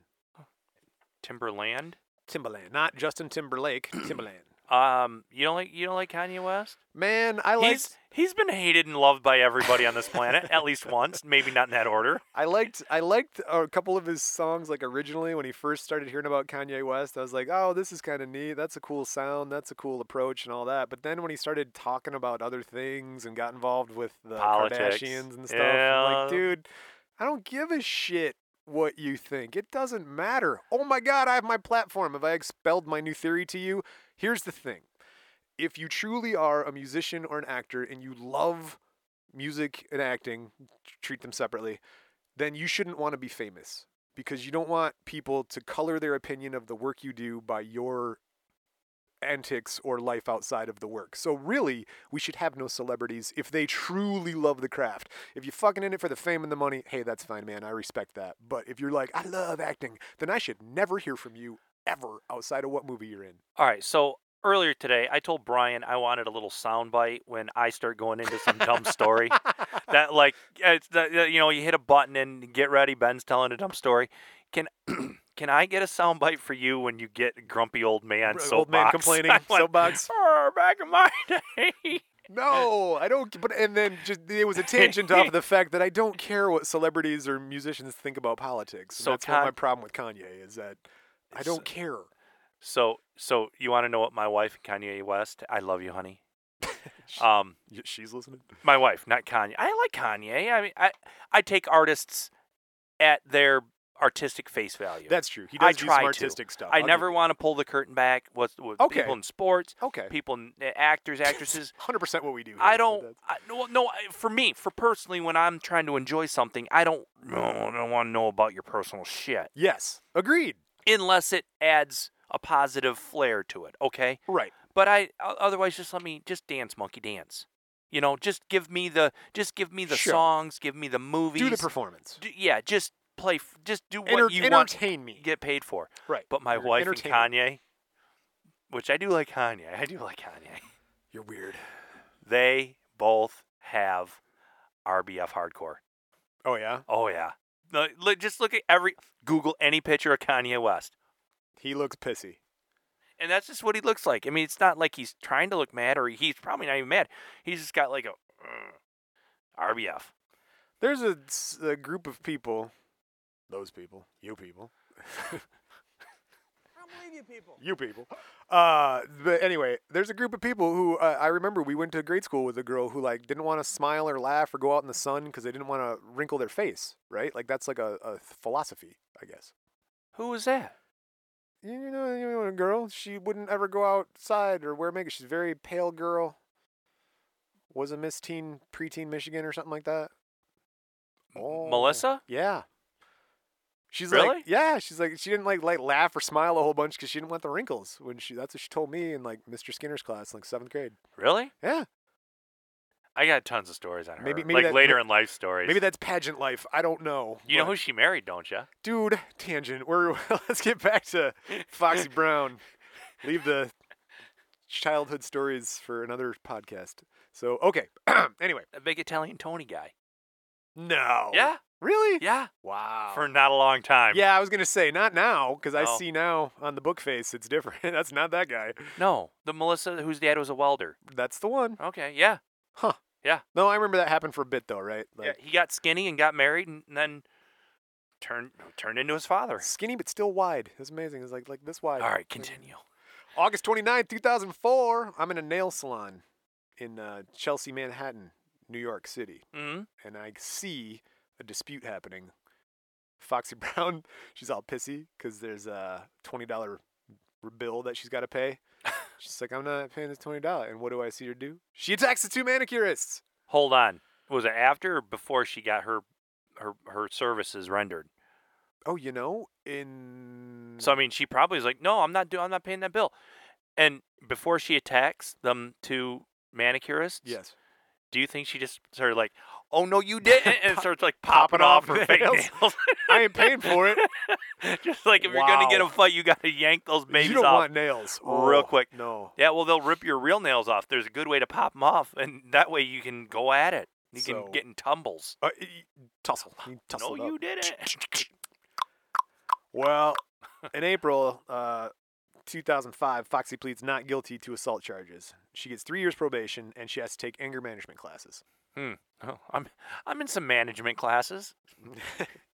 Speaker 2: Timberland.
Speaker 1: Timbaland, not Justin Timberlake, Timbaland.
Speaker 2: Um, you don't like you don't like Kanye West?
Speaker 1: Man, I liked
Speaker 2: He's he's been hated and loved by everybody on this planet at least once, maybe not in that order.
Speaker 1: I liked I liked a couple of his songs like originally when he first started hearing about Kanye West. I was like, "Oh, this is kind of neat. That's a cool sound. That's a cool approach and all that." But then when he started talking about other things and got involved with the
Speaker 2: Politics.
Speaker 1: Kardashians and stuff, I'm
Speaker 2: Yeah.
Speaker 1: like, "Dude, I don't give a shit what you think. It doesn't matter. Oh my god, I have my platform. Have I expelled my new theory to you? Here's the thing. If you truly are a musician or an actor and you love music and acting, tr- treat them separately, then you shouldn't want to be famous because you don't want people to color their opinion of the work you do by your antics or life outside of the work. So really, we should have no celebrities if they truly love the craft. If you're fucking in it for the fame and the money, hey, that's fine, man. I respect that. But if you're like, I love acting, then I should never hear from you ever outside of what movie you're in.
Speaker 2: All right, so earlier today I told Brian I wanted a little soundbite when I start going into some dumb story. That like it's that, that, you know, you hit a button and get ready, Ben's telling a dumb story. Can can I get a soundbite for you when you get grumpy old man soapbox?
Speaker 1: Old man complaining,
Speaker 2: I went,
Speaker 1: soapbox.
Speaker 2: "Arr, back in my day.
Speaker 1: No, I don't. But and then just it was a tangent off of the fact that I don't care what celebrities or musicians think about politics. And
Speaker 2: So
Speaker 1: that's
Speaker 2: Con-
Speaker 1: what my problem with Kanye is that I
Speaker 2: It's- uh,
Speaker 1: don't care.
Speaker 2: So, so you want to know what my wife, Kanye West? I love you, honey.
Speaker 1: Sh-
Speaker 2: Um,
Speaker 1: y- She's listening.
Speaker 2: my wife, not Kanye. I like Kanye. I mean, I I take artists at their artistic face value.
Speaker 1: That's true. He
Speaker 2: I
Speaker 1: does do
Speaker 2: try
Speaker 1: some
Speaker 2: to.
Speaker 1: artistic stuff.
Speaker 2: I
Speaker 1: I'll give
Speaker 2: never
Speaker 1: you
Speaker 2: want to pull the curtain back. What's with
Speaker 1: Okay.
Speaker 2: people in sports,
Speaker 1: that. Okay.
Speaker 2: people in uh, actors, actresses.
Speaker 1: Hundred percent what we do. Here.
Speaker 2: I don't.
Speaker 1: That's-
Speaker 2: I, no, no. I- For me, for personally, when I'm trying to enjoy something, I don't. No, I don't want to know about your personal shit
Speaker 1: Yes. Agreed.
Speaker 2: unless it adds a positive flair to it. Okay.
Speaker 1: Right.
Speaker 2: But I o- otherwise just let me just dance, monkey dance. You know, just give me the just give me the
Speaker 1: Sure.
Speaker 2: songs, give me the movies.
Speaker 1: Do the performance.
Speaker 2: D- yeah, just play. f- Just do what
Speaker 1: Enter-
Speaker 2: you want.
Speaker 1: entertain
Speaker 2: to
Speaker 1: me.
Speaker 2: Get paid for.
Speaker 1: right.
Speaker 2: But my
Speaker 1: You're
Speaker 2: wife and
Speaker 1: entertaining.
Speaker 2: Kanye, which I do like Kanye. I do like Kanye.
Speaker 1: You're weird.
Speaker 2: They both have RBF hardcore.
Speaker 1: Oh yeah.
Speaker 2: Oh yeah. No, look- Just look at every Google any picture of Kanye West.
Speaker 1: He looks pissy.
Speaker 2: And that's just what he looks like. I mean, it's not like he's trying to look mad, or he's probably not even mad. He's just got like a uh, "Ugh, RBF.
Speaker 1: There's a, s- a group of people. Those people. You people.
Speaker 3: I don't believe you people.
Speaker 1: you people. Uh, but anyway, there's a group of people who uh, I remember we went to grade school with a girl who like didn't want to smile or laugh or go out in the sun because they didn't want to wrinkle their face, right? Like that's like a, a philosophy, I guess.
Speaker 2: Who was that?
Speaker 1: You know, you know, a girl. She wouldn't ever go outside or wear makeup. She's a very pale girl. Was a Miss Teen, preteen Michigan or something like that.
Speaker 2: M-
Speaker 1: Oh.
Speaker 2: Melissa?
Speaker 1: Yeah. She's
Speaker 2: Really?
Speaker 1: like, yeah. She's like, she didn't like, like laugh or smile a whole bunch because she didn't want the wrinkles. When she, that's what she told me in like Mr. Skinner's class, like seventh grade.
Speaker 2: Really?
Speaker 1: Yeah.
Speaker 2: I got tons of stories on her.
Speaker 1: Maybe- maybe
Speaker 2: like
Speaker 1: that-
Speaker 2: later in life stories.
Speaker 1: Maybe that's pageant life. I don't know.
Speaker 2: you know
Speaker 1: but-
Speaker 2: who she married, don't you?
Speaker 1: dude? Tangent. We're let's get back to Foxy Brown. Leave the childhood stories for another podcast. So okay. anyway,
Speaker 2: A big Italian Tony guy.
Speaker 1: no.
Speaker 2: Yeah,
Speaker 1: Really?
Speaker 2: yeah.
Speaker 1: Wow.
Speaker 2: For not a long time.
Speaker 1: yeah, I was gonna say not now because I
Speaker 2: Oh.
Speaker 1: see now on the book face it's different. that's not that guy.
Speaker 2: No, the Melissa whose dad was a welder.
Speaker 1: That's the one.
Speaker 2: Okay, yeah.
Speaker 1: No, I remember that happened for a bit though, right?
Speaker 2: yeah. He got skinny and got married, and then turned turned into his father.
Speaker 1: skinny but still wide. It's amazing. It's like like this wide.
Speaker 2: All right, continue.
Speaker 1: August 29, 2004, I'm in a nail salon in uh, Chelsea, Manhattan, New York City,
Speaker 2: hmm
Speaker 1: and I see a dispute happening. Foxy Brown, she's all pissy because there's a $20 r- bill that she's got to pay. She's like, I'm not paying this $20. And what do I see her do? She attacks the two manicurists.
Speaker 2: Hold on. Was it after or before she got her her her services rendered?
Speaker 1: Oh, you know, in.
Speaker 2: So I mean, she probably was like, "No, I'm not doing. I'm not paying that bill." And before she attacks them two manicurists,
Speaker 1: Yes.
Speaker 2: Do you think she just started like, oh no, you didn't, and starts like popping,
Speaker 1: Popping
Speaker 2: off
Speaker 1: off
Speaker 2: her fake
Speaker 1: nails.
Speaker 2: nails?
Speaker 1: I ain't paying for it.
Speaker 2: just like if you're gonna get
Speaker 1: Wow.
Speaker 2: a fight, you gotta yank those babies
Speaker 1: you don't
Speaker 2: off.
Speaker 1: want nails.
Speaker 2: real
Speaker 1: Oh,
Speaker 2: quick.
Speaker 1: No.
Speaker 2: yeah, well, they'll rip your real nails off. There's a good way to pop them off, and that way you can go at it. You
Speaker 1: So-
Speaker 2: can get in tumbles.
Speaker 1: Uh, y- y- tussle. You tussle it
Speaker 2: no,
Speaker 1: up.
Speaker 2: you didn't.
Speaker 1: Well, in April uh, 2005, Foxy pleads not guilty to assault charges. She gets three years probation and she has to take anger management classes.
Speaker 2: Oh, I'm I'm in some management classes.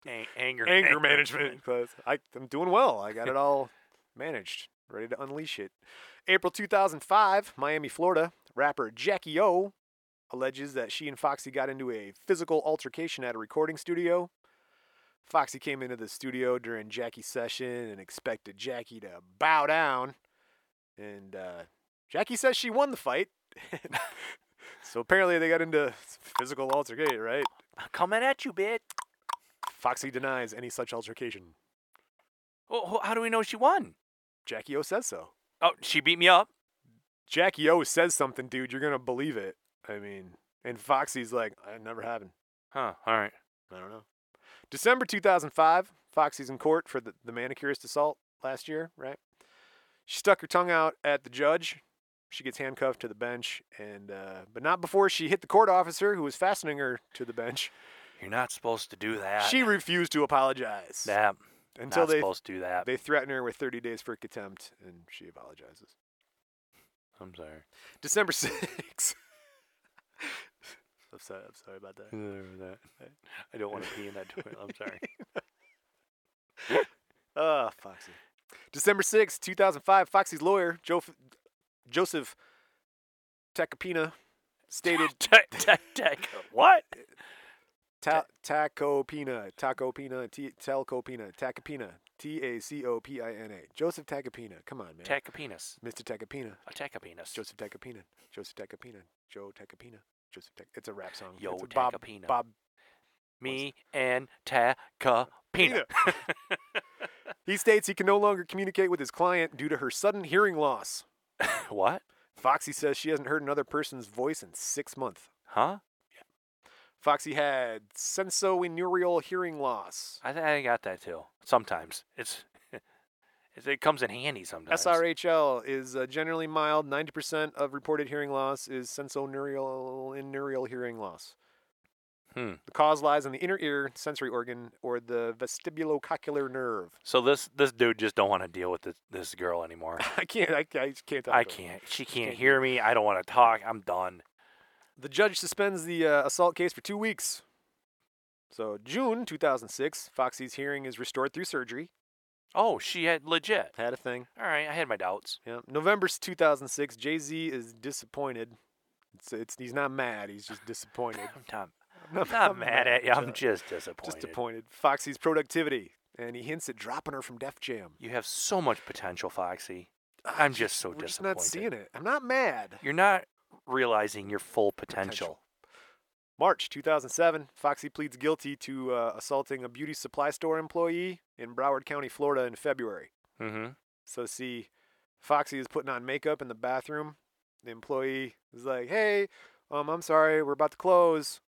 Speaker 2: Ang- anger
Speaker 1: anger management class. I, I'm doing well. I got it all managed, ready to unleash it. April 2005, Miami, Florida, rapper Jackie O alleges that she and Foxy got into a physical altercation at a recording studio. Foxy came into the studio during Jackie's session and expected Jackie to bow down. And uh, Jackie says she won the fight. so apparently they got into physical altercation, right?
Speaker 2: I'm coming at you, bitch.
Speaker 1: Foxy denies any such altercation.
Speaker 2: Oh, how do we know she won?
Speaker 1: Jackie O says so.
Speaker 2: Oh, she beat me up.
Speaker 1: Jackie O says something, dude. You're gonna believe it. I mean, and Foxy's like, "Uh, it never happened.
Speaker 2: Huh. All right.
Speaker 1: I don't know. December 2005, Foxy's in court for the, the manicurist assault last year, right? She stuck her tongue out at the judge. She gets handcuffed to the bench, and uh, but not before she hit the court officer who was fastening her to the bench.
Speaker 2: You're not supposed to do that.
Speaker 1: She refused to apologize
Speaker 2: that
Speaker 1: until
Speaker 2: not
Speaker 1: they
Speaker 2: supposed to do that.
Speaker 1: they threaten her with 30 days for contempt, and she apologizes.
Speaker 2: I'm sorry.
Speaker 1: December 6th. I'm sorry. I'm sorry about that.
Speaker 2: I don't want to pee in that toilet. I'm sorry.
Speaker 1: Ah, Foxy. December sixth, two 2005, Foxy's lawyer, jo- Joseph Tacopina, stated
Speaker 2: Tech, tech, tech. What?
Speaker 1: ta- Tacopina, Tacopina, T- Telcopina, Tacopina, T A C O P I N A. Joseph Tacopina. Come on, man.
Speaker 2: Tech a penis.
Speaker 1: Mr. Tacopina.
Speaker 2: Attack a penis.
Speaker 1: Joseph Tacopina. Joseph Tacopina. Joe Tacopina. Joseph Tac- It's a rap song.
Speaker 2: Yo,
Speaker 1: it's a Bob,
Speaker 2: Tacopina.
Speaker 1: Bob
Speaker 2: me and Tacopina.
Speaker 1: He states he can no longer communicate with his client due to her sudden hearing loss.
Speaker 2: what?
Speaker 1: Foxy says she hasn't heard another person's voice in six months.
Speaker 2: Huh?
Speaker 1: Foxy had sensorineural hearing loss.
Speaker 2: I think I got that too. Sometimes it's, it's it comes in handy sometimes.
Speaker 1: SRHL is uh, generally mild. 90% of reported hearing loss is sensorineural neural hearing loss.
Speaker 2: Hmm.
Speaker 1: The cause lies in the inner ear, sensory organ, or the vestibulocochlear nerve.
Speaker 2: So this this dude just don't want to deal with this, this girl anymore.
Speaker 1: I can't. I, I just can't. talk
Speaker 2: I
Speaker 1: to him.
Speaker 2: can't. She can't
Speaker 1: can't
Speaker 2: hear me. I don't want to talk. I'm done.
Speaker 1: The judge suspends the uh, assault case for two weeks. So, June 2006, Foxy's hearing is restored through surgery.
Speaker 2: Oh, she had legit.
Speaker 1: Had a thing.
Speaker 2: All right, I had my doubts.
Speaker 1: Yeah. November 2006, Jay Z is disappointed. It's, it's he's not mad. He's just disappointed.
Speaker 2: I'm not,
Speaker 1: I'm not,
Speaker 2: I'm not mad at you. I'm
Speaker 1: just
Speaker 2: just disappointed.
Speaker 1: disappointed. Foxy's productivity, and he hints at dropping her from Def Jam.
Speaker 2: You have so much potential, Foxy. I'm just so
Speaker 1: Ah, We're just
Speaker 2: disappointed.
Speaker 1: not seeing it. I'm not mad.
Speaker 2: You're not realizing your full potential.
Speaker 1: March 2007, Foxy pleads guilty to uh, assaulting a beauty supply store employee in Broward County, Florida, in February.
Speaker 2: Mm-hmm.
Speaker 1: So see, Foxy is putting on makeup in the bathroom. The employee is like, "Hey, um, I'm sorry, we're about to close,"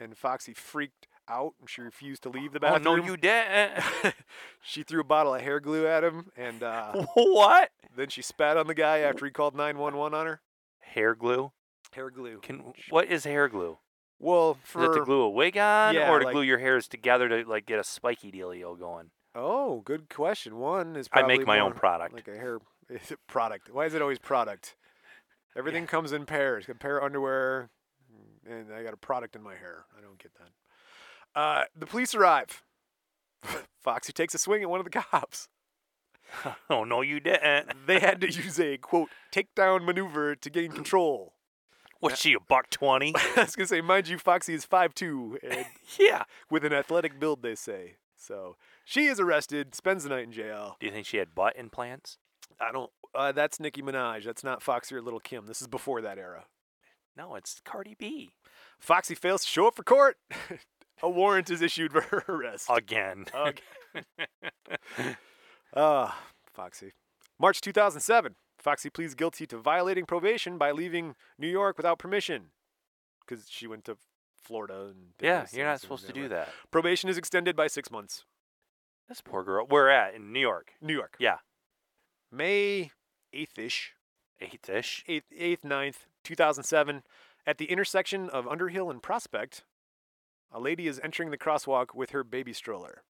Speaker 1: and Foxy freaked out and she refused to leave the
Speaker 2: Oh
Speaker 1: bathroom.
Speaker 2: no, you didn't.
Speaker 1: she threw a bottle of hair glue at him, and uh,
Speaker 2: what?
Speaker 1: then she spat on the guy after he called 911 on her.
Speaker 2: Hair glue?
Speaker 1: Hair glue.
Speaker 2: Can what is hair glue?
Speaker 1: Well,
Speaker 2: is it to
Speaker 1: for
Speaker 2: glue a wig on,
Speaker 1: Yeah,
Speaker 2: or to
Speaker 1: like-
Speaker 2: glue your hairs together to like get a spiky dealio going?
Speaker 1: oh, good question. One is
Speaker 2: I
Speaker 1: probably
Speaker 2: make my own
Speaker 1: more
Speaker 2: product.
Speaker 1: like a hair is it product. Why is it always product? Everything comes in pairs. A pair of underwear, mm, and I got a product in my hair. I don't get that. Uh, the police arrive. Foxy takes a swing at one of the cops.
Speaker 2: oh no, you didn't.
Speaker 1: They had to use a quote takedown maneuver to gain control.
Speaker 2: Was she a buck twenty?
Speaker 1: I was gonna say, mind you, Foxy is 5'2", and
Speaker 2: yeah.
Speaker 1: with an athletic build, they say. So she is arrested, spends the night in jail.
Speaker 2: Do you think she had butt implants?
Speaker 1: I don't. Uh, that's Nicki Minaj. That's not Foxy or Little Kim. This is before that era.
Speaker 2: No, it's Cardi B
Speaker 1: Foxy fails to show up for court. a warrant is issued for her arrest.
Speaker 2: again.
Speaker 1: Okay. Ah, Foxy. March 2007. Foxy pleads guilty to violating probation by leaving New York without permission. because she went to Florida. And did
Speaker 2: Yeah,
Speaker 1: those
Speaker 2: you're not
Speaker 1: things and
Speaker 2: supposed to
Speaker 1: whatever.
Speaker 2: do that.
Speaker 1: Probation is extended by six months.
Speaker 2: This poor girl. Where at? In New York.
Speaker 1: New York.
Speaker 2: Yeah.
Speaker 1: May 8th ish,
Speaker 2: Eighth ish.
Speaker 1: 8th, 8th, 9th, 2007, at the intersection of Underhill and Prospect, a lady is entering the crosswalk with her baby stroller.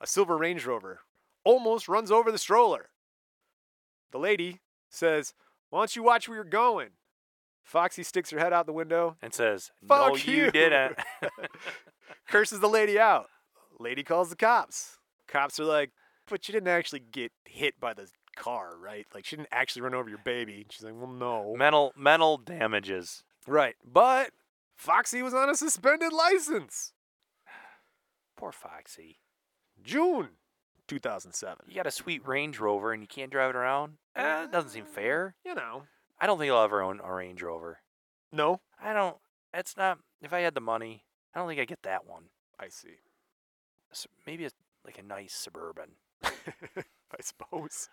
Speaker 1: A silver Range Rover almost runs over the stroller. The lady says, Why don't you watch where you're going? Foxy sticks her head out the window,
Speaker 2: And says, No,
Speaker 1: Fuck
Speaker 2: you,
Speaker 1: you."
Speaker 2: didn't.
Speaker 1: curses the lady out. Lady calls the cops. Cops are like, but you didn't actually get hit by the car, right? Like, she didn't actually run over your baby. She's like, well, no.
Speaker 2: mental mental damages.
Speaker 1: Right. But Foxy was on a suspended license.
Speaker 2: Poor Foxy.
Speaker 1: June 2007.
Speaker 2: You got a sweet Range Rover and you can't drive it around? Eh, it doesn't seem fair.
Speaker 1: You know.
Speaker 2: I don't think I'll ever own a Range Rover.
Speaker 1: No.
Speaker 2: I don't. It's not. If I had the money, I don't think I'd get that one.
Speaker 1: I see.
Speaker 2: S- Maybe it's like a nice Suburban.
Speaker 1: I suppose.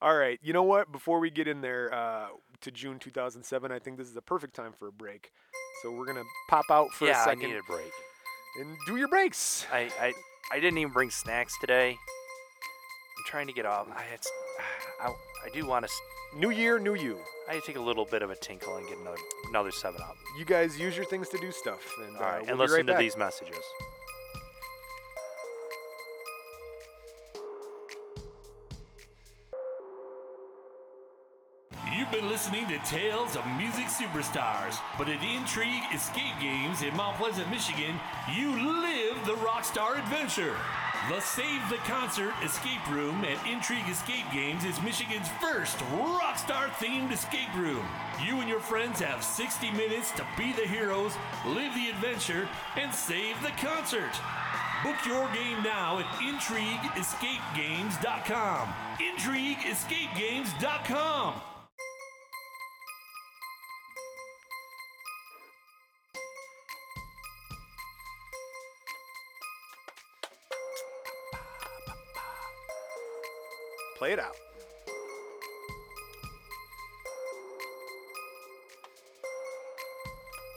Speaker 1: All right. You know what? Before we get in there uh, to June 2007, I think this is the perfect time for a break. So we're going to pop out for
Speaker 2: yeah,
Speaker 1: a
Speaker 2: I
Speaker 1: second
Speaker 2: need a break.
Speaker 1: and do your breaks.
Speaker 2: I, I I didn't even bring snacks today. I'm trying to get off. I it's, I, I do want to.
Speaker 1: New year, new you.
Speaker 2: I need to take a little bit of a tinkle and get another another seven up.
Speaker 1: You guys use your things to do stuff. And,
Speaker 2: All
Speaker 1: uh,
Speaker 2: right,
Speaker 1: we'll
Speaker 2: and
Speaker 1: be
Speaker 2: listen
Speaker 1: right
Speaker 2: to
Speaker 1: back.
Speaker 2: these messages.
Speaker 3: You've been listening to Tales of Music Superstars, but at Intrigue Escape Games in Mount Pleasant, Michigan, you live the rockstar adventure. The Save the Concert Escape Room at Intrigue Escape Games is Michigan's first rockstar themed escape room. You and your friends have 60 minutes to be the heroes, live the adventure, and save the concert. Book your game now at IntrigueEscapeGames.com. IntrigueEscapeGames.com.
Speaker 1: Play it out.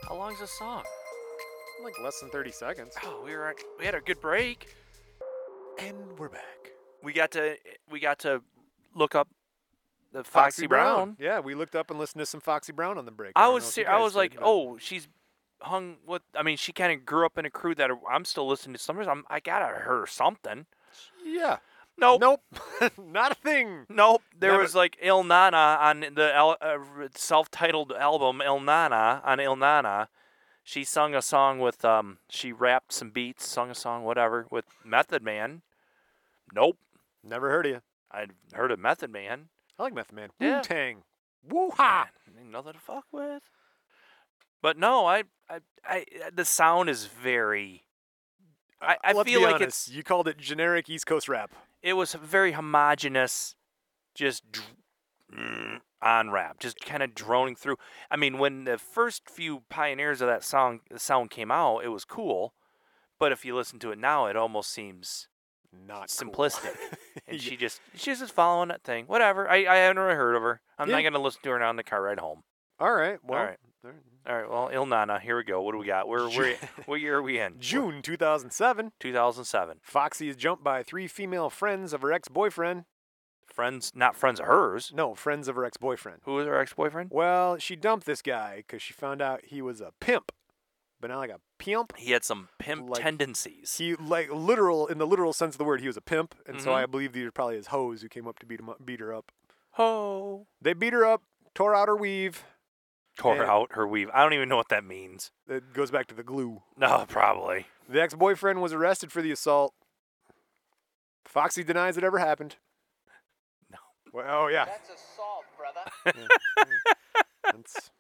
Speaker 2: How long's this song?
Speaker 1: Like less than 30 seconds.
Speaker 2: Oh, we were we had a good break.
Speaker 1: And we're back.
Speaker 2: We got to we got to look up the Foxy,
Speaker 1: Foxy
Speaker 2: Brown.
Speaker 1: Yeah, we looked up and listened to some Foxy Brown on the break.
Speaker 2: I
Speaker 1: don't
Speaker 2: was
Speaker 1: know if
Speaker 2: ser-
Speaker 1: you
Speaker 2: I
Speaker 1: guys
Speaker 2: was
Speaker 1: did,
Speaker 2: like,
Speaker 1: but-
Speaker 2: oh, she's hung with. I mean, she kind of grew up in a crew that are- I'm still listening to. Summers. I'm I gotta her something.
Speaker 1: Yeah.
Speaker 2: Nope.
Speaker 1: Nope. Not a thing.
Speaker 2: Nope, there
Speaker 1: Never-
Speaker 2: was like Il Nana on the al- uh, r- self-titled album Il Nana on Il Nana. She sung a song with um, she rapped some beats, sung a song, whatever, with Method Man. Nope,
Speaker 1: Never heard of you.
Speaker 2: I'd heard of Method Man.
Speaker 1: I like Method Man.
Speaker 2: Yeah.
Speaker 1: Wu Tang. Woo ha.
Speaker 2: Ain't nothing to fuck with. But no, I, I, I the sound is very. I, I
Speaker 1: Let's
Speaker 2: feel
Speaker 1: be
Speaker 2: like
Speaker 1: honest,
Speaker 2: it's
Speaker 1: You called it generic East Coast rap.
Speaker 2: it was very homogenous, just dr- mm, on rap, just kind of droning through. I mean, when the first few pioneers of that song the sound came out, it was cool, but if you listen to it now, it almost seems
Speaker 1: Not cool.
Speaker 2: simplistic. And
Speaker 1: Yeah.
Speaker 2: she just she's just following that thing. Whatever. I, I haven't really heard of her. I'm not
Speaker 1: Yeah.
Speaker 2: gonna listen to her now on the car ride home.
Speaker 1: All right. Well,
Speaker 2: right. All right. Well, Il Nana, here we go. What do we got? Where where what year are we in?
Speaker 1: June 2007,
Speaker 2: 2007.
Speaker 1: Foxy is jumped by three female friends of her ex-boyfriend.
Speaker 2: Friends, not friends of hers.
Speaker 1: No, friends of her ex-boyfriend.
Speaker 2: Who was her ex-boyfriend?
Speaker 1: Well, she dumped this guy because she found out he was a pimp, but not like a pimp.
Speaker 2: He had some pimp
Speaker 1: Like-
Speaker 2: tendencies.
Speaker 1: He like literal in the literal sense of the word, he was a pimp, and so
Speaker 2: Mhm.
Speaker 1: I believe these are probably his hoes who came up to beat him up, beat her up.
Speaker 2: Oh.
Speaker 1: They beat her up, tore out her weave.
Speaker 2: Tore
Speaker 1: Yeah.
Speaker 2: out her weave. I don't even know what that means.
Speaker 1: It goes back to the glue.
Speaker 2: No, probably.
Speaker 1: The ex-boyfriend was arrested for the assault. Foxy denies it ever happened.
Speaker 2: No.
Speaker 1: Well, oh yeah,
Speaker 4: That's assault, brother.
Speaker 1: That's-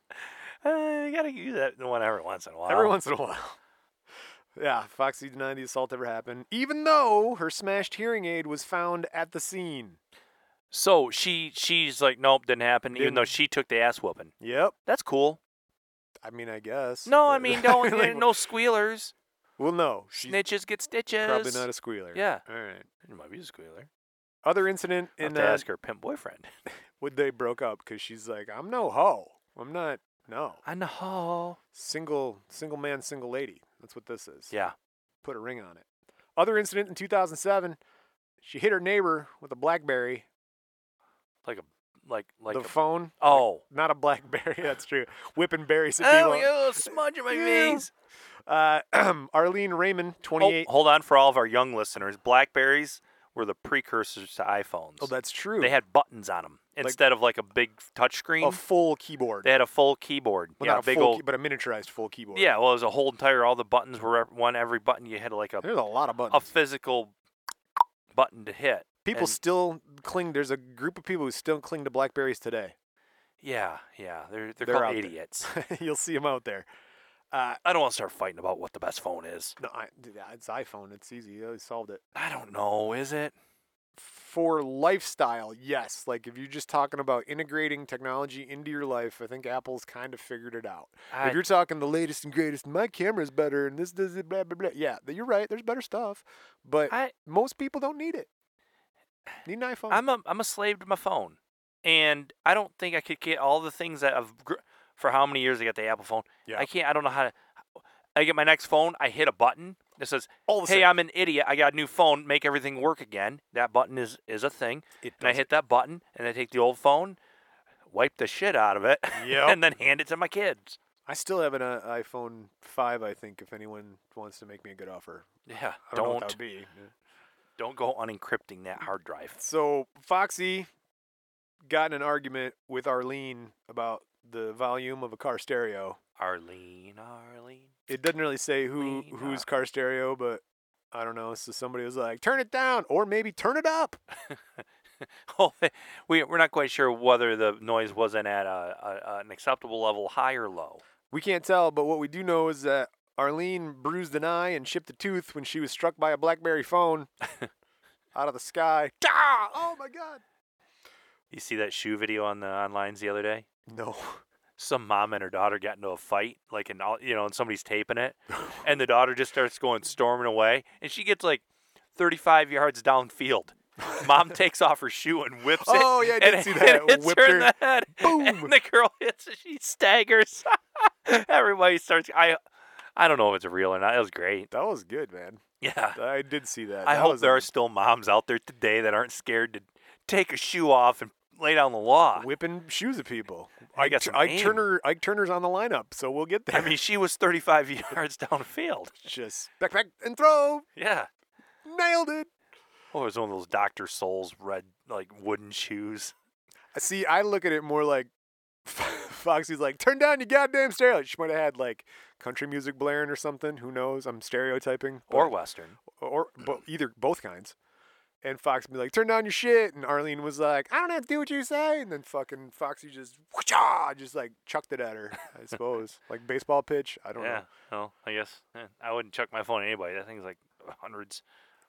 Speaker 2: Uh, you gotta use that one every once in a while.
Speaker 1: every once in a while. Yeah, Foxy denied the assault ever happened, even though her smashed hearing aid was found at the scene.
Speaker 2: So she she's like, nope, didn't happen. Even though
Speaker 1: Didn't-
Speaker 2: she took the ass whooping.
Speaker 1: Yep.
Speaker 2: That's cool.
Speaker 1: I mean, I guess.
Speaker 2: No, I
Speaker 1: but-
Speaker 2: mean, don't eh,
Speaker 1: like,
Speaker 2: no squealers.
Speaker 1: Well, no, she's
Speaker 2: Snitches get stitches.
Speaker 1: probably not a squealer.
Speaker 2: Yeah.
Speaker 1: All right.
Speaker 2: It might be a squealer.
Speaker 1: Other incident
Speaker 2: I'll have
Speaker 1: in uh,
Speaker 2: to
Speaker 1: that
Speaker 2: ask her pimp boyfriend.
Speaker 1: when they broke up because she's like, I'm no hoe. I'm not No.
Speaker 2: I know.
Speaker 1: Single single man, single lady. That's what this is.
Speaker 2: Yeah.
Speaker 1: Put a ring on it. Other incident in 2007, she hit her neighbor with a BlackBerry.
Speaker 2: Like a like like
Speaker 1: the
Speaker 2: a,
Speaker 1: phone.
Speaker 2: oh.
Speaker 1: Not a BlackBerry. That's true. Whipping berries at
Speaker 2: Oh,
Speaker 1: people.
Speaker 2: we got a little smudge in my
Speaker 1: Yeah.
Speaker 2: face.
Speaker 1: Uh, Arlene Raymond,
Speaker 2: Oh,
Speaker 1: 28.
Speaker 2: hold on for all of our young listeners. Blackberries were the precursors to iPhones.
Speaker 1: Oh, that's true.
Speaker 2: They had buttons on them instead of like a big touchscreen.
Speaker 1: a full keyboard.
Speaker 2: they had a full keyboard.
Speaker 1: well,
Speaker 2: yeah,
Speaker 1: not a
Speaker 2: big
Speaker 1: full
Speaker 2: old.
Speaker 1: key- but a miniaturized full keyboard.
Speaker 2: yeah, well, it was a whole entire. All the buttons were rep- one. Every button you had like a
Speaker 1: There's a lot of
Speaker 2: a
Speaker 1: buttons.
Speaker 2: physical button to hit.
Speaker 1: people
Speaker 2: and-
Speaker 1: still cling. There's a group of people who still cling to Blackberries today.
Speaker 2: Yeah, yeah, they're they're,
Speaker 1: They're out
Speaker 2: called
Speaker 1: there.
Speaker 2: idiots.
Speaker 1: You'll see them out there. Uh,
Speaker 2: I don't want to start fighting about what the best phone is.
Speaker 1: no, I, it's iPhone. It's easy. They solved it.
Speaker 2: I don't know, is it?
Speaker 1: for lifestyle, yes. Like if you're just talking about integrating technology into your life, I think Apple's kind of figured it out.
Speaker 2: I-
Speaker 1: if you're talking the latest and greatest, my camera's better and this does it, blah blah blah. Yeah, th- you're right. There's better stuff, but
Speaker 2: I
Speaker 1: most people don't need it. Need an iPhone.
Speaker 2: I'm a I'm a slave to my phone, and I don't think I could get all the things that I've gr- for how many years I got the Apple phone.
Speaker 1: Yeah.
Speaker 2: I can't. I don't know how to. I get my next phone. I hit a button that says,
Speaker 1: All the
Speaker 2: "Hey,
Speaker 1: same.
Speaker 2: I'm an idiot. I got a new phone. Make everything work again." That button is is a thing,
Speaker 1: It
Speaker 2: and I
Speaker 1: does
Speaker 2: hit that button, and I take the old phone, wipe the shit out of it,
Speaker 1: Yep.
Speaker 2: and then hand it to my kids.
Speaker 1: I still have an uh, iPhone five. I think if anyone wants to make me a good offer,
Speaker 2: Yeah.
Speaker 1: I don't, know
Speaker 2: Don't
Speaker 1: what that would be.
Speaker 2: don't go unencrypting that hard drive.
Speaker 1: So Foxy got in an argument with Arlene about the volume of a car stereo.
Speaker 2: Arlene, Arlene.
Speaker 1: it doesn't really say who
Speaker 2: Clean
Speaker 1: whose
Speaker 2: up.
Speaker 1: car stereo, but I don't know. So somebody was like, "Turn it down," or maybe "Turn it up."
Speaker 2: Oh, we we're not quite sure whether the noise wasn't at a, a, an acceptable level, high or low.
Speaker 1: We can't tell, but what we do know is that Arlene bruised an eye and chipped a tooth when she was struck by a BlackBerry phone out of the sky. Ah! Oh my God!
Speaker 2: You see that shoe video on the onlines the other day?
Speaker 1: No.
Speaker 2: Some mom and her daughter got into a fight, like in all you know, and somebody's taping it, and the daughter just starts going storming away, and she gets like 35 yards downfield. Mom takes off her shoe and whips it.
Speaker 1: Oh, yeah, I did
Speaker 2: and
Speaker 1: see
Speaker 2: it-
Speaker 1: that.
Speaker 2: and hits
Speaker 1: Whipped
Speaker 2: her in
Speaker 1: her.
Speaker 2: the head.
Speaker 1: Boom.
Speaker 2: And the girl hits. it, She staggers. Everybody starts. I, I don't know if it's real or not. It was great.
Speaker 1: That was good, man.
Speaker 2: Yeah.
Speaker 1: I did see that.
Speaker 2: I
Speaker 1: That
Speaker 2: hope
Speaker 1: was
Speaker 2: there
Speaker 1: a
Speaker 2: are still moms out there today that aren't scared to take a shoe off and lay down the law.
Speaker 1: whipping shoes at people.
Speaker 2: I
Speaker 1: Ike,
Speaker 2: got
Speaker 1: Tu-
Speaker 2: some
Speaker 1: Ike
Speaker 2: aim.
Speaker 1: Turner. Ike Turner's on the lineup, so we'll get there.
Speaker 2: I mean, she was 35 yards downfield.
Speaker 1: just back, back, and throw.
Speaker 2: Yeah.
Speaker 1: Nailed it.
Speaker 2: Oh, it was one of those Dr. Souls red, like wooden shoes.
Speaker 1: See, I look at it more like Foxy's like, turn down your goddamn stereo. She might have had like country music blaring or something. Who knows? I'm stereotyping.
Speaker 2: Or
Speaker 1: but-
Speaker 2: Western.
Speaker 1: Or but either both kinds. And Fox be like, turn down your shit. And Arlene was like, I don't have to do what you say. And then fucking Foxy just, whoosh just like chucked it at her, I suppose. like baseball pitch. I don't
Speaker 2: Yeah.
Speaker 1: know.
Speaker 2: Well, I guess eh, I wouldn't chuck my phone at anybody. That thing's like hundreds.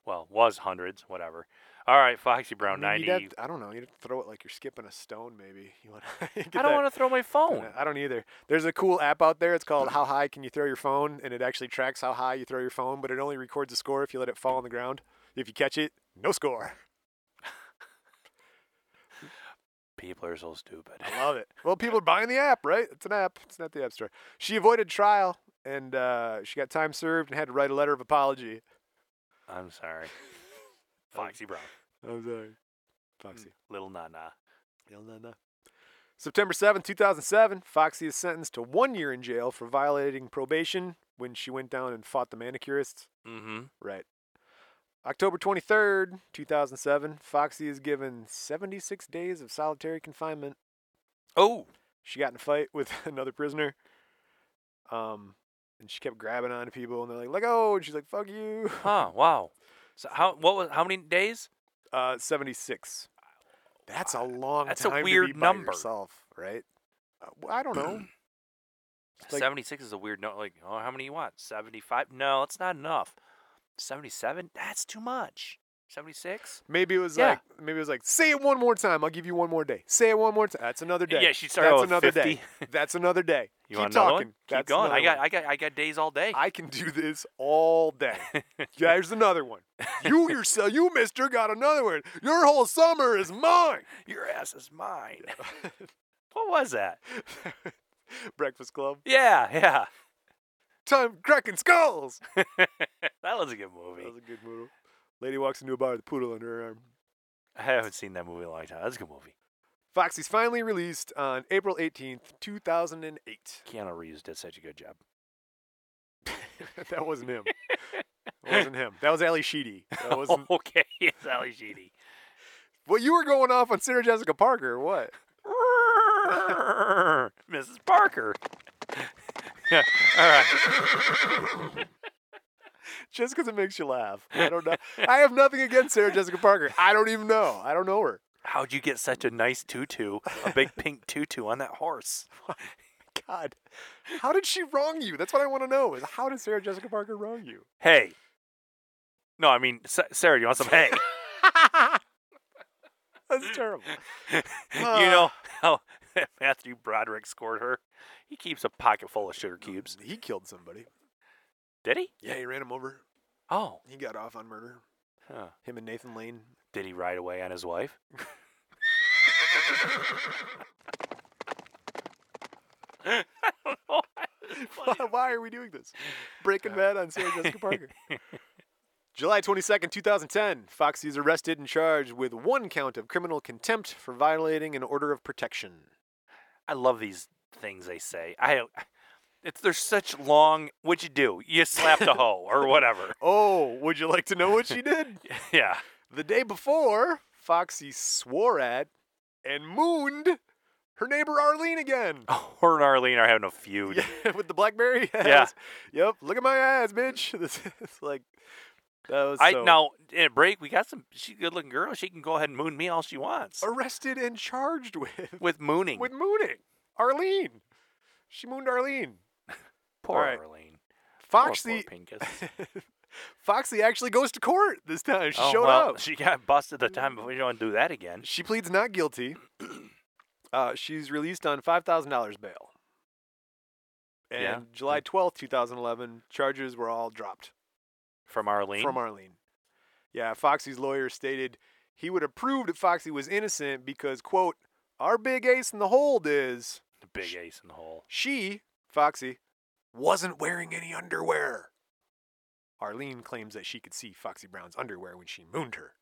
Speaker 2: Well, was hundreds, whatever. All right, Foxy
Speaker 1: I
Speaker 2: Brown,
Speaker 1: mean, you'd
Speaker 2: 90.
Speaker 1: have to- I don't know. You'd have to throw it like you're skipping a stone, maybe. You want?
Speaker 2: I don't want to throw my phone.
Speaker 1: I don't either. There's a cool app out there. It's called How High Can You Throw Your Phone, and it actually tracks how high you throw your phone, but it only records the score if you let it fall on the ground. If you catch it, no score.
Speaker 2: People are so stupid.
Speaker 1: I love it. Well, people are buying the app, right? It's an app. It's not the app store. She avoided trial, and uh, she got time served and had to write a letter of apology.
Speaker 2: I'm sorry. Foxy Brown.
Speaker 1: I'm sorry, Foxy.
Speaker 2: Little Nana.
Speaker 1: September seventh, two 2007, Foxy is sentenced to one year in jail for violating probation when she went down and fought the manicurists.
Speaker 2: Mm hmm.
Speaker 1: Right. October 23rd, 2007, Foxy is given 76 days of solitary confinement.
Speaker 2: Oh.
Speaker 1: She got in a fight with another prisoner. Um, and she kept grabbing onto people, and they're like, let go. And she's like, fuck you.
Speaker 2: Huh. Wow. So how? What was? How many days?
Speaker 1: Uh, 76. That's a long
Speaker 2: That's a
Speaker 1: time to be
Speaker 2: weird
Speaker 1: by
Speaker 2: number.
Speaker 1: yourself, right? Uh, well, I don't know. It's like-
Speaker 2: Seventy-six is a weird note. Like, oh, how many you want? Seventy-five? No, it's not enough. Seventy-seven? That's too much. Seventy-six?
Speaker 1: Maybe it was
Speaker 2: Yeah.
Speaker 1: like maybe it was like say it one more time. I'll give you one more day. Say it one more time. That's another day.
Speaker 2: Yeah, she started
Speaker 1: That's
Speaker 2: out with
Speaker 1: another day.
Speaker 2: 50.
Speaker 1: That's another day.
Speaker 2: You
Speaker 1: Keep
Speaker 2: want another
Speaker 1: talking.
Speaker 2: one? Keep
Speaker 1: That's
Speaker 2: going. I
Speaker 1: another
Speaker 2: got,
Speaker 1: one.
Speaker 2: I got, I got days all day.
Speaker 1: I can do this all day. There's another one. You yourself, you mister, got another one. Your whole summer is mine.
Speaker 2: Your ass is mine. what was that?
Speaker 1: Breakfast Club.
Speaker 2: Yeah, yeah.
Speaker 1: Time cracking skulls.
Speaker 2: That was a good
Speaker 1: That
Speaker 2: movie.
Speaker 1: was a good movie. Lady walks into a bar with a poodle under her arm.
Speaker 2: I haven't seen that movie in a long time. That's a good movie.
Speaker 1: Foxy's finally released on April 18th, 2008.
Speaker 2: Keanu Reeves did such a good job.
Speaker 1: that wasn't him. That wasn't him. That was Ali Sheedy. That wasn't.
Speaker 2: okay, it's Ali Sheedy.
Speaker 1: Well, you were going off on Sarah Jessica Parker. or What?
Speaker 2: Mrs. Parker. All right.
Speaker 1: Just because it makes you laugh. I don't know. I have nothing against Sarah Jessica Parker. I don't even know. I don't know her.
Speaker 2: How'd you get such a nice tutu, a big pink tutu on that horse?
Speaker 1: God, how did she wrong you? That's what I want to know. Is how did Sarah Jessica Parker wrong you?
Speaker 2: Hey. No, I mean, Sa- Sarah, do you want some hay?
Speaker 1: That's terrible.
Speaker 2: you know how Matthew Broderick scored her? He keeps a pocket full of
Speaker 1: Mm-hmm.
Speaker 2: sugar cubes.
Speaker 1: Um, He killed somebody.
Speaker 2: Did he?
Speaker 1: Yeah, he ran him over.
Speaker 2: Oh.
Speaker 1: He got off on murder.
Speaker 2: Huh.
Speaker 1: Him and Nathan Lane.
Speaker 2: Did he ride away on his wife? I don't know.
Speaker 1: Why are we doing this? Breaking Bad on Sarah Jessica Parker. July 22nd, 2010, Foxy is arrested and charged with one count of criminal contempt for violating an order of protection.
Speaker 2: I love these things they say. I don't. It's they're such long. What'd you do? You slapped a hoe or whatever.
Speaker 1: Oh, would you like to know what she did?
Speaker 2: Yeah.
Speaker 1: The day before, Foxy swore at and mooned her neighbor Arlene again.
Speaker 2: Her and Arlene are having a feud.
Speaker 1: Yeah, with the Blackberry.
Speaker 2: Yeah.
Speaker 1: Yep. Look at my ass, bitch. This is like that was
Speaker 2: I
Speaker 1: so-
Speaker 2: now in a break we got some. She's a good looking girl. She can go ahead and moon me all she wants
Speaker 1: arrested and charged with
Speaker 2: with mooning.
Speaker 1: with mooning Arlene. She mooned Arlene.
Speaker 2: poor
Speaker 1: All right.
Speaker 2: Arlene. Poor, poor
Speaker 1: Foxy.
Speaker 2: Pincus.
Speaker 1: Foxy actually goes to court this time. She
Speaker 2: Oh,
Speaker 1: showed
Speaker 2: well,
Speaker 1: up. Mm.
Speaker 2: She got busted the time, but we don't do that again.
Speaker 1: She pleads not guilty. Uh, she's released on five thousand dollars bail. And
Speaker 2: Yeah.
Speaker 1: July twelfth, two thousand eleven, charges were all dropped.
Speaker 2: From Arlene.
Speaker 1: From Arlene. Yeah, Foxy's lawyer stated he would approve that Foxy was innocent because, quote, our big ace in the hold is
Speaker 2: the big ace in the hole.
Speaker 1: she, Foxy, wasn't wearing any underwear. Arlene claims that she could see Foxy Brown's underwear when she mooned her.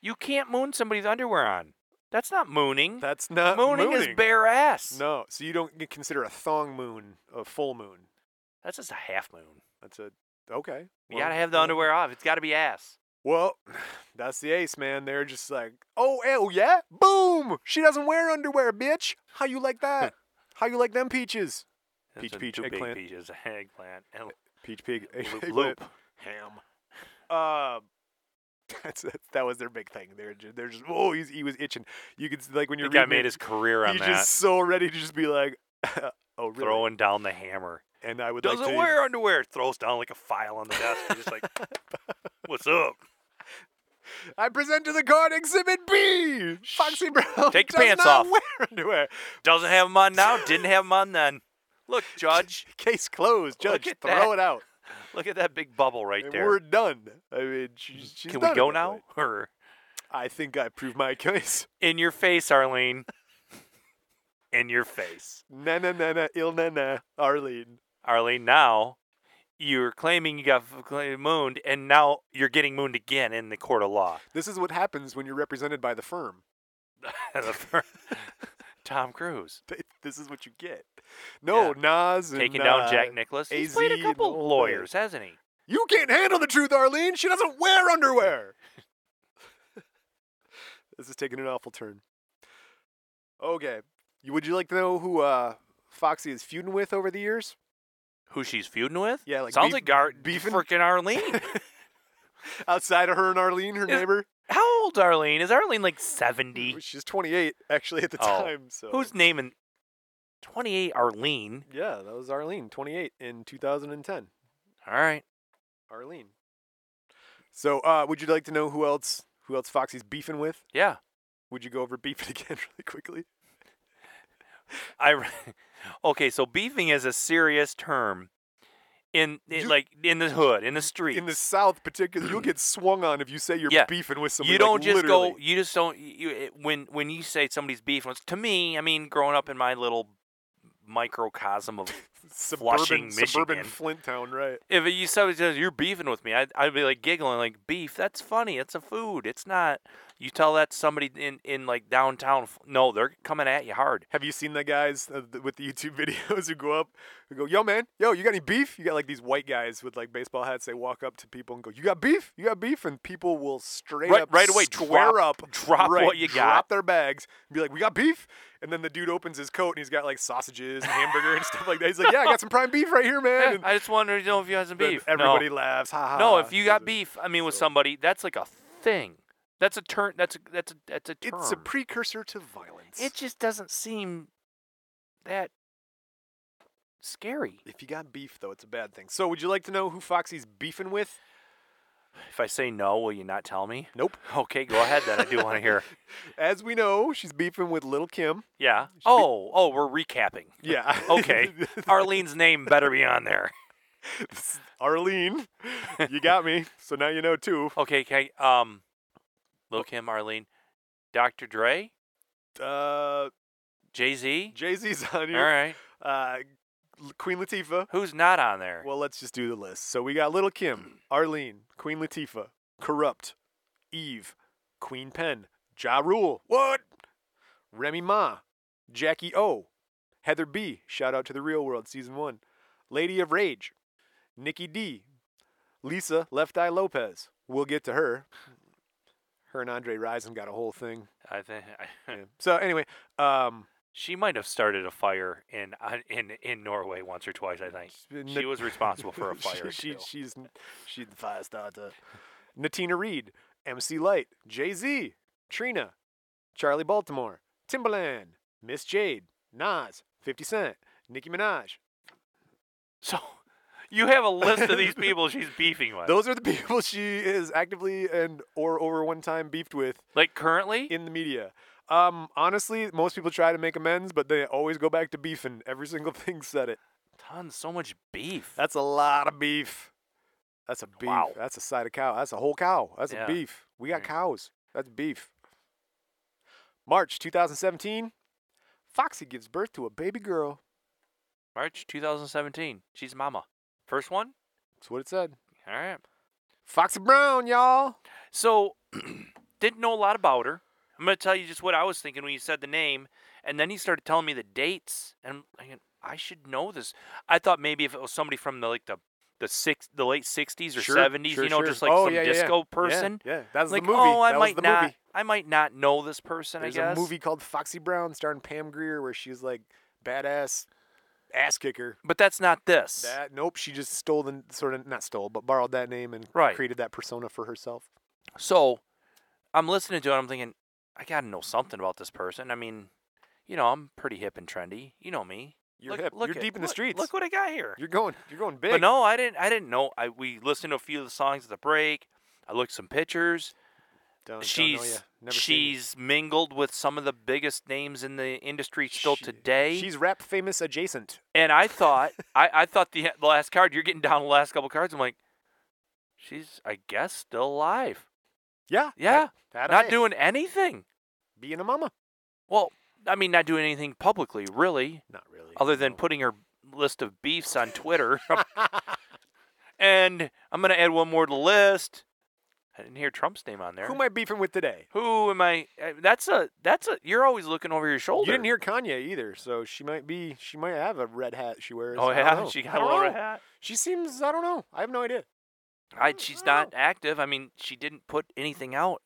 Speaker 2: You can't moon somebody's underwear on. That's not mooning.
Speaker 1: That's not
Speaker 2: mooning, is bare ass.
Speaker 1: No, so you don't consider a thong moon a full moon.
Speaker 2: That's just a half moon.
Speaker 1: That's a okay.
Speaker 2: You
Speaker 1: well,
Speaker 2: gotta have the
Speaker 1: well.
Speaker 2: underwear off. It's gotta be ass.
Speaker 1: Well, that's the ace, man. They're just like, oh, oh yeah, boom. She doesn't wear underwear, bitch. How you like that? How you like them peaches?
Speaker 2: That's
Speaker 1: Peach,
Speaker 2: a-
Speaker 1: peach,
Speaker 2: two big
Speaker 1: eggplant.
Speaker 2: peaches, eggplant, and
Speaker 1: Peach pig,
Speaker 2: loop,
Speaker 1: eggplant,
Speaker 2: loop.
Speaker 1: ham. Uh, that's that was their big thing. They're just, they're just oh, he's, he was itching. You could s- like when
Speaker 2: The
Speaker 1: you're
Speaker 2: guy
Speaker 1: reading
Speaker 2: made
Speaker 1: it,
Speaker 2: his career on
Speaker 1: he's
Speaker 2: that,
Speaker 1: just so ready to just be like, oh really?
Speaker 2: throwing down the hammer.
Speaker 1: and I would
Speaker 2: Doesn't
Speaker 1: like to,
Speaker 2: wear underwear. Throws down like a file on the desk. He's just like, "What's up?
Speaker 1: I present to the court exhibit B. Foxy Brown
Speaker 2: Take your
Speaker 1: does
Speaker 2: pants
Speaker 1: not
Speaker 2: off.
Speaker 1: Wear underwear.
Speaker 2: Doesn't have 'em on now. Didn't have 'em on then. Look, judge.
Speaker 1: Case closed.
Speaker 2: Look
Speaker 1: Judge,
Speaker 2: at
Speaker 1: throw
Speaker 2: that.
Speaker 1: it out.
Speaker 2: Look at that big bubble right
Speaker 1: And
Speaker 2: there.
Speaker 1: We're done. I mean, she's, she's
Speaker 2: Can
Speaker 1: done
Speaker 2: we
Speaker 1: at
Speaker 2: go
Speaker 1: that
Speaker 2: now?
Speaker 1: point.
Speaker 2: Or
Speaker 1: I think I proved my case.
Speaker 2: in your face, Arlene. in your face,
Speaker 1: Na na na na, il na na, Arlene.
Speaker 2: Arlene. Now you're claiming you got f- cla- mooned, and now you're getting mooned again in the court of law.
Speaker 1: This is what happens when you're represented by the firm.
Speaker 2: The fir- Tom Cruise.
Speaker 1: Th- This is what you get. No, Nas and
Speaker 2: taking down
Speaker 1: uh,
Speaker 2: Jack Nicholas. He's
Speaker 1: AZ
Speaker 2: played a
Speaker 1: and the
Speaker 2: couple
Speaker 1: whole
Speaker 2: lawyers, hasn't he?
Speaker 1: You can't handle the truth, Arlene. She doesn't wear underwear. this is taking an awful turn. Okay. You- Would you like to know who uh, Foxy is feuding with over the years?
Speaker 2: Who she's feuding with?
Speaker 1: Yeah, like
Speaker 2: sounds
Speaker 1: beef-
Speaker 2: like Gar-
Speaker 1: beefing?
Speaker 2: freaking Arlene.
Speaker 1: Outside of her and Arlene, her
Speaker 2: Is-
Speaker 1: neighbor?
Speaker 2: How old's Arlene? Is Arlene like seventy?
Speaker 1: She's 28, actually, at the
Speaker 2: Oh.
Speaker 1: time. So
Speaker 2: Who's naming twenty-eight Arlene?
Speaker 1: Yeah, that was Arlene, 28, in 2010.
Speaker 2: All right,
Speaker 1: Arlene. So uh, would you like to know who else who else Foxy's beefing with?
Speaker 2: yeah.
Speaker 1: Would you go over beef it again really quickly?
Speaker 2: I re- okay. So beefing is a serious term in, in
Speaker 1: You-
Speaker 2: like in the hood, in the street.
Speaker 1: in the South, particularly, you'll get swung on if you say you're
Speaker 2: Yeah.
Speaker 1: beefing with somebody.
Speaker 2: you don't
Speaker 1: like,
Speaker 2: just go.
Speaker 1: literally.
Speaker 2: You just don't. You, it, when when you say somebody's beefing, it's- to me, I mean, growing up in my little microcosm of
Speaker 1: Suburban,
Speaker 2: Flushing,
Speaker 1: suburban
Speaker 2: Michigan.
Speaker 1: Flint town, right?
Speaker 2: if you somebody says you're beefing with me, I'd, I'd be like giggling, like beef. That's funny. It's a food. It's not. You tell that to somebody in in like downtown. F- No, they're coming at you hard.
Speaker 1: Have you seen the guys uh, th- with the YouTube videos who go up, who go, "Yo, man, yo, you got any beef?" You got like these white guys with like baseball hats. They walk up to people and go, "You got beef? You got beef?" And people will straight
Speaker 2: Right-
Speaker 1: up,
Speaker 2: right away,
Speaker 1: square
Speaker 2: drop-
Speaker 1: up,
Speaker 2: drop
Speaker 1: right,
Speaker 2: what you
Speaker 1: drop
Speaker 2: got.
Speaker 1: their bags, and be like, "We got beef." And then the dude opens his coat and he's got like sausages and hamburger and stuff like that. He's like, "Yeah, I got some prime beef right here, man." And
Speaker 2: I just wonder, you know, if you have some
Speaker 1: then
Speaker 2: beef.
Speaker 1: everybody
Speaker 2: no.
Speaker 1: laughs. Ha ha.
Speaker 2: no,
Speaker 1: ha."
Speaker 2: if you got
Speaker 1: So
Speaker 2: beef, I mean, with somebody, that's like a thing. That's a turn. That's a that's a that's a term.
Speaker 1: it's a precursor to violence.
Speaker 2: it just doesn't seem that scary.
Speaker 1: if you got beef, though, it's a bad thing. So, would you like to know who Foxy's beefing with?
Speaker 2: If I say no, will you not tell me?
Speaker 1: Nope.
Speaker 2: Okay, go ahead then. I do want to hear.
Speaker 1: As we know, she's beefing with Little Kim.
Speaker 2: Yeah. Oh, oh, we're recapping.
Speaker 1: Yeah.
Speaker 2: Okay. Arlene's name better be on there.
Speaker 1: Arlene, you got me. So now you know too.
Speaker 2: Okay, okay. Um, Lil Kim, Arlene, Dr. Dre,
Speaker 1: Uh,
Speaker 2: Jay Z.
Speaker 1: Jay Z's on
Speaker 2: All
Speaker 1: here.
Speaker 2: right.
Speaker 1: Uh, L- Queen Latifah.
Speaker 2: Who's not on there?
Speaker 1: Well, let's just do the list. So we got Little Kim, Arlene, Queen Latifah, Corrupt, Eve, Queen Pen, Ja Rule. What? Remy Ma, Jackie O, Heather B. Shout out to the Real World season one. Lady of Rage, Nikki D, Lisa Left Eye Lopez. We'll get to her. Her and Andre Rison got a whole thing.
Speaker 2: I think I,
Speaker 1: Yeah. So anyway, um,
Speaker 2: she might have started a fire in uh, in in Norway once or twice. I think she
Speaker 1: Nat-
Speaker 2: was responsible for a
Speaker 1: she,
Speaker 2: fire.
Speaker 1: she-
Speaker 2: too.
Speaker 1: she's she's the fire starter. Natina Reed, MC Light, Jay Z, Trina, Charlie Baltimore, Timbaland, Miss Jade, Nas, 50 Cent, Nicki Minaj.
Speaker 2: So you have a list of these people she's beefing with.
Speaker 1: Those are the people she is actively and or over one time beefed with
Speaker 2: like currently?
Speaker 1: in the media. Um, honestly, most people try to make amends, but they always go back to beef, and every single thing said it.
Speaker 2: Tons, so much beef.
Speaker 1: That's a lot of beef. That's a beef.
Speaker 2: Wow.
Speaker 1: That's a side of cow. That's a whole cow. That's
Speaker 2: Yeah.
Speaker 1: a beef. We got
Speaker 2: Mm.
Speaker 1: cows. That's beef. March 2017, Foxy gives birth to a baby girl.
Speaker 2: March 2017. She's mama. First one?
Speaker 1: That's what it said.
Speaker 2: All right.
Speaker 1: Foxy Brown, y'all.
Speaker 2: So, didn't know a lot about her. I'm going to tell you just what I was thinking when you said the name. And then he started telling me the dates. And I'm thinking, I should know this. I thought maybe if it was somebody from the, like, the, the six, the late 60s or 70s, you know, just like
Speaker 1: Oh,
Speaker 2: some
Speaker 1: yeah, yeah, yeah.
Speaker 2: disco
Speaker 1: Yeah,
Speaker 2: person.
Speaker 1: Yeah, that's
Speaker 2: Like,
Speaker 1: the movie.
Speaker 2: oh, I
Speaker 1: that was
Speaker 2: might
Speaker 1: the
Speaker 2: not,
Speaker 1: Movie.
Speaker 2: I might not know this person.
Speaker 1: There's
Speaker 2: I guess
Speaker 1: a movie called Foxy Brown starring Pam Grier where she's like badass ass kicker.
Speaker 2: but that's not this.
Speaker 1: That nope, she just stole the sort of not stole, but borrowed that name and
Speaker 2: Right.
Speaker 1: created that persona for herself.
Speaker 2: So I'm listening to it. I'm thinking, I got to know something about this person. I mean, you know, I'm pretty hip and trendy. You know me.
Speaker 1: You're
Speaker 2: look,
Speaker 1: hip.
Speaker 2: Look
Speaker 1: You're
Speaker 2: at-
Speaker 1: deep in the
Speaker 2: look-
Speaker 1: streets.
Speaker 2: Look what I got here.
Speaker 1: You're going. You're going big.
Speaker 2: But no, I didn't. I didn't know. I we listened to a few of the songs at the break. I looked at some pictures.
Speaker 1: Oh, Don't- don't know ya.
Speaker 2: she's
Speaker 1: Never seen ya.
Speaker 2: she's mingled with some of the biggest names in the industry still
Speaker 1: She-
Speaker 2: today.
Speaker 1: She's rap famous adjacent.
Speaker 2: and I thought I, I thought the the last card you're getting down to the last couple cards. I'm like, she's I guess still alive.
Speaker 1: Yeah.
Speaker 2: Yeah,
Speaker 1: That,
Speaker 2: not doing anything.
Speaker 1: being a mama.
Speaker 2: Well, I mean, not doing anything publicly, really,
Speaker 1: Not really.
Speaker 2: other than putting her list of beefs on Twitter. and I'm going to add one more to the list. I didn't hear Trump's name on there.
Speaker 1: Who am I beefing with today?
Speaker 2: Who am I? uh, That's a, that's a, you're always looking over your shoulder.
Speaker 1: You didn't hear Kanye either, so she might be. She might have a red hat she wears.
Speaker 2: Oh,
Speaker 1: I don't
Speaker 2: yeah.
Speaker 1: know.
Speaker 2: She
Speaker 1: I
Speaker 2: got a
Speaker 1: don't
Speaker 2: little
Speaker 1: know.
Speaker 2: red hat.
Speaker 1: She seems. I don't know. I have no idea.
Speaker 2: I,
Speaker 1: don't-
Speaker 2: she's
Speaker 1: I don't
Speaker 2: not active. I mean, she didn't put anything out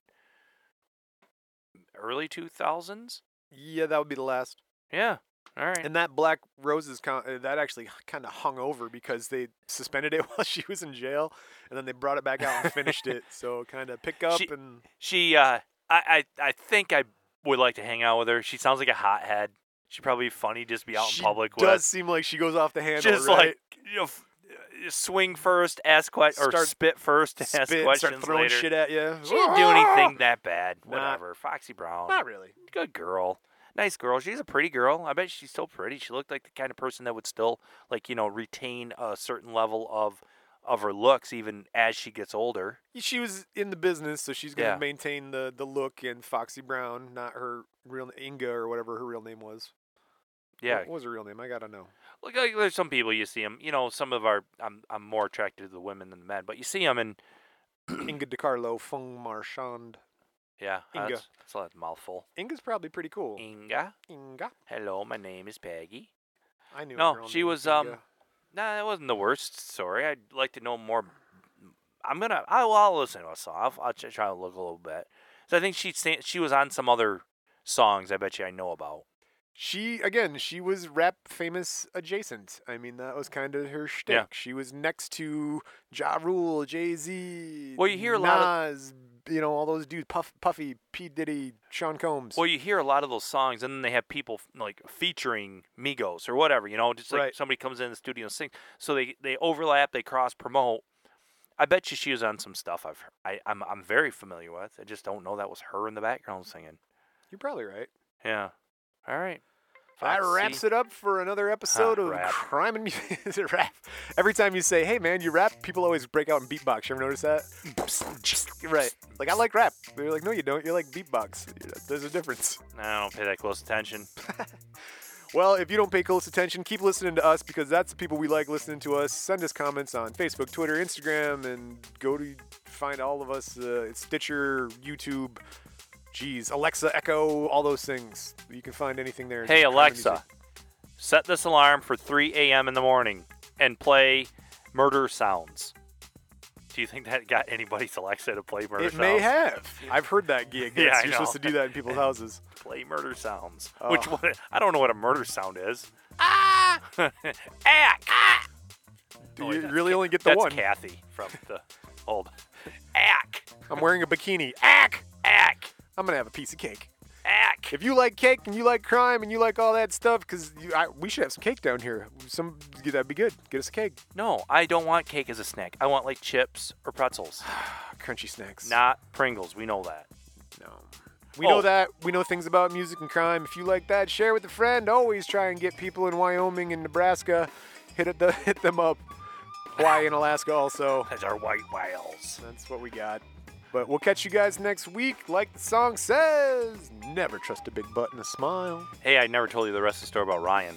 Speaker 2: early 2000s.
Speaker 1: Yeah, that would be the last.
Speaker 2: Yeah. All right.
Speaker 1: And that Black Roses con- uh, that actually kind of hung over because they suspended it while she was in jail, and then they brought it back out and finished it. So kind of pick up
Speaker 2: She-
Speaker 1: and
Speaker 2: She, uh, I, I, I think I would like to hang out with her. She sounds like a hothead. She'd probably be funny just be out
Speaker 1: she
Speaker 2: in public
Speaker 1: does seem like she goes off the handle.
Speaker 2: with. Just
Speaker 1: right?
Speaker 2: like you know, f- uh, swing first, ask questions, or
Speaker 1: Start-
Speaker 2: spit first, ask
Speaker 1: spit,
Speaker 2: questions
Speaker 1: start throwing
Speaker 2: later.
Speaker 1: shit at you.
Speaker 2: She didn't do anything that bad.
Speaker 1: Not-
Speaker 2: Whatever. Foxy Brown,
Speaker 1: Not really.
Speaker 2: good girl, nice girl. She's a pretty girl. I bet she's still pretty. She looked like the kind of person that would still like you know retain a certain level of of her looks even as she gets older.
Speaker 1: She was in the business, so she's gonna
Speaker 2: Yeah.
Speaker 1: maintain the the look and Foxy Brown, not her real Inga or whatever her real name was.
Speaker 2: Yeah.
Speaker 1: What was her real name? I gotta know.
Speaker 2: Look, like, there's some people you see them. You know, some of our I'm I'm more attracted to the women than the men, but you see them and
Speaker 1: Inga DiCarlo, Fung Marchand.
Speaker 2: yeah,
Speaker 1: Inga.
Speaker 2: that's, that's a lot of mouthful.
Speaker 1: Inga's probably pretty cool.
Speaker 2: Inga,
Speaker 1: Inga.
Speaker 2: hello, my name is Peggy.
Speaker 1: I knew. a
Speaker 2: No,
Speaker 1: girl
Speaker 2: she
Speaker 1: named
Speaker 2: was, um,
Speaker 1: Inga.
Speaker 2: Nah, that wasn't the worst story. I'd like to know more. I'm gonna. I will. I'll listen to a song. I'll, I'll ch- try to look a little bit. So I think she sta- she was on some other songs. I bet you I know about.
Speaker 1: She again, she was rap famous adjacent. I mean, that was kind of her shtick. She was next to Ja Rule, Jay Z.
Speaker 2: Well, you hear a
Speaker 1: Nas,
Speaker 2: lot of-
Speaker 1: you know, all those dudes, Puff, Puffy, P Diddy, Sean Combs.
Speaker 2: Well, you hear a lot of those songs, and then they have people f- like featuring Migos or whatever. You know, just like
Speaker 1: Right.
Speaker 2: somebody comes in the studio and sings. So they they overlap. They cross promote. I bet you she was on some stuff I've heard. I, I'm I'm very familiar with. I just don't know that was her in the background singing.
Speaker 1: You're probably right.
Speaker 2: Yeah. All right.
Speaker 1: That
Speaker 2: Foxy.
Speaker 1: wraps it up for another episode of
Speaker 2: rap.
Speaker 1: Crime and Music. Is it rap? Every time you say, "Hey, man, you rap," people always break out in beatbox. You ever notice that? right. Like I like rap. They're like, "No, you don't. You're like beatbox." There's a difference.
Speaker 2: No, I don't pay that close attention.
Speaker 1: Well, if you don't pay close attention, keep listening to us because that's the people we like listening to us. Send us comments on Facebook, Twitter, Instagram, and go to find all of us uh, it's Stitcher, YouTube, geez, Alexa, Echo, all those things. You can find anything there.
Speaker 2: Hey
Speaker 1: Common
Speaker 2: Alexa,
Speaker 1: music.
Speaker 2: set this alarm for 3 a.m. in the morning and play Murder Sounds. Do you think that got anybody's Alexa to play Murder
Speaker 1: It
Speaker 2: Sounds?
Speaker 1: may have. I've heard that gig.
Speaker 2: Yeah,
Speaker 1: Yes,
Speaker 2: I
Speaker 1: you're
Speaker 2: know. Oh,
Speaker 1: supposed to do that in people's houses.
Speaker 2: Play Murder Sounds.
Speaker 1: Oh.
Speaker 2: Which one? I don't know what a murder sound is. Ah! Oh,
Speaker 1: you
Speaker 2: that's
Speaker 1: really only get the
Speaker 2: That's
Speaker 1: one.
Speaker 2: Kathy from the old. Ack!
Speaker 1: I'm wearing a bikini.
Speaker 2: Ack! Ack!
Speaker 1: I'm gonna have a piece of cake.
Speaker 2: Ack!
Speaker 1: If you like cake and you like crime and you like all that stuff, because we should have some cake down here. Some that'd be good. Get us a cake.
Speaker 2: No, I don't want cake as a snack. I want like chips or pretzels,
Speaker 1: Crunchy snacks.
Speaker 2: not Pringles. We know that.
Speaker 1: No. We
Speaker 2: Oh.
Speaker 1: know that. We know things about music and crime. If you like that, share with a friend. Always try and get people in Wyoming and Nebraska. Hit it the, hit them up. Hawaii and Alaska also.
Speaker 2: As our white whales.
Speaker 1: That's what we got. But we'll catch you guys next week. Like the song says, never trust a big butt and a smile.
Speaker 2: Hey, I never told you the rest of the story about Ryan.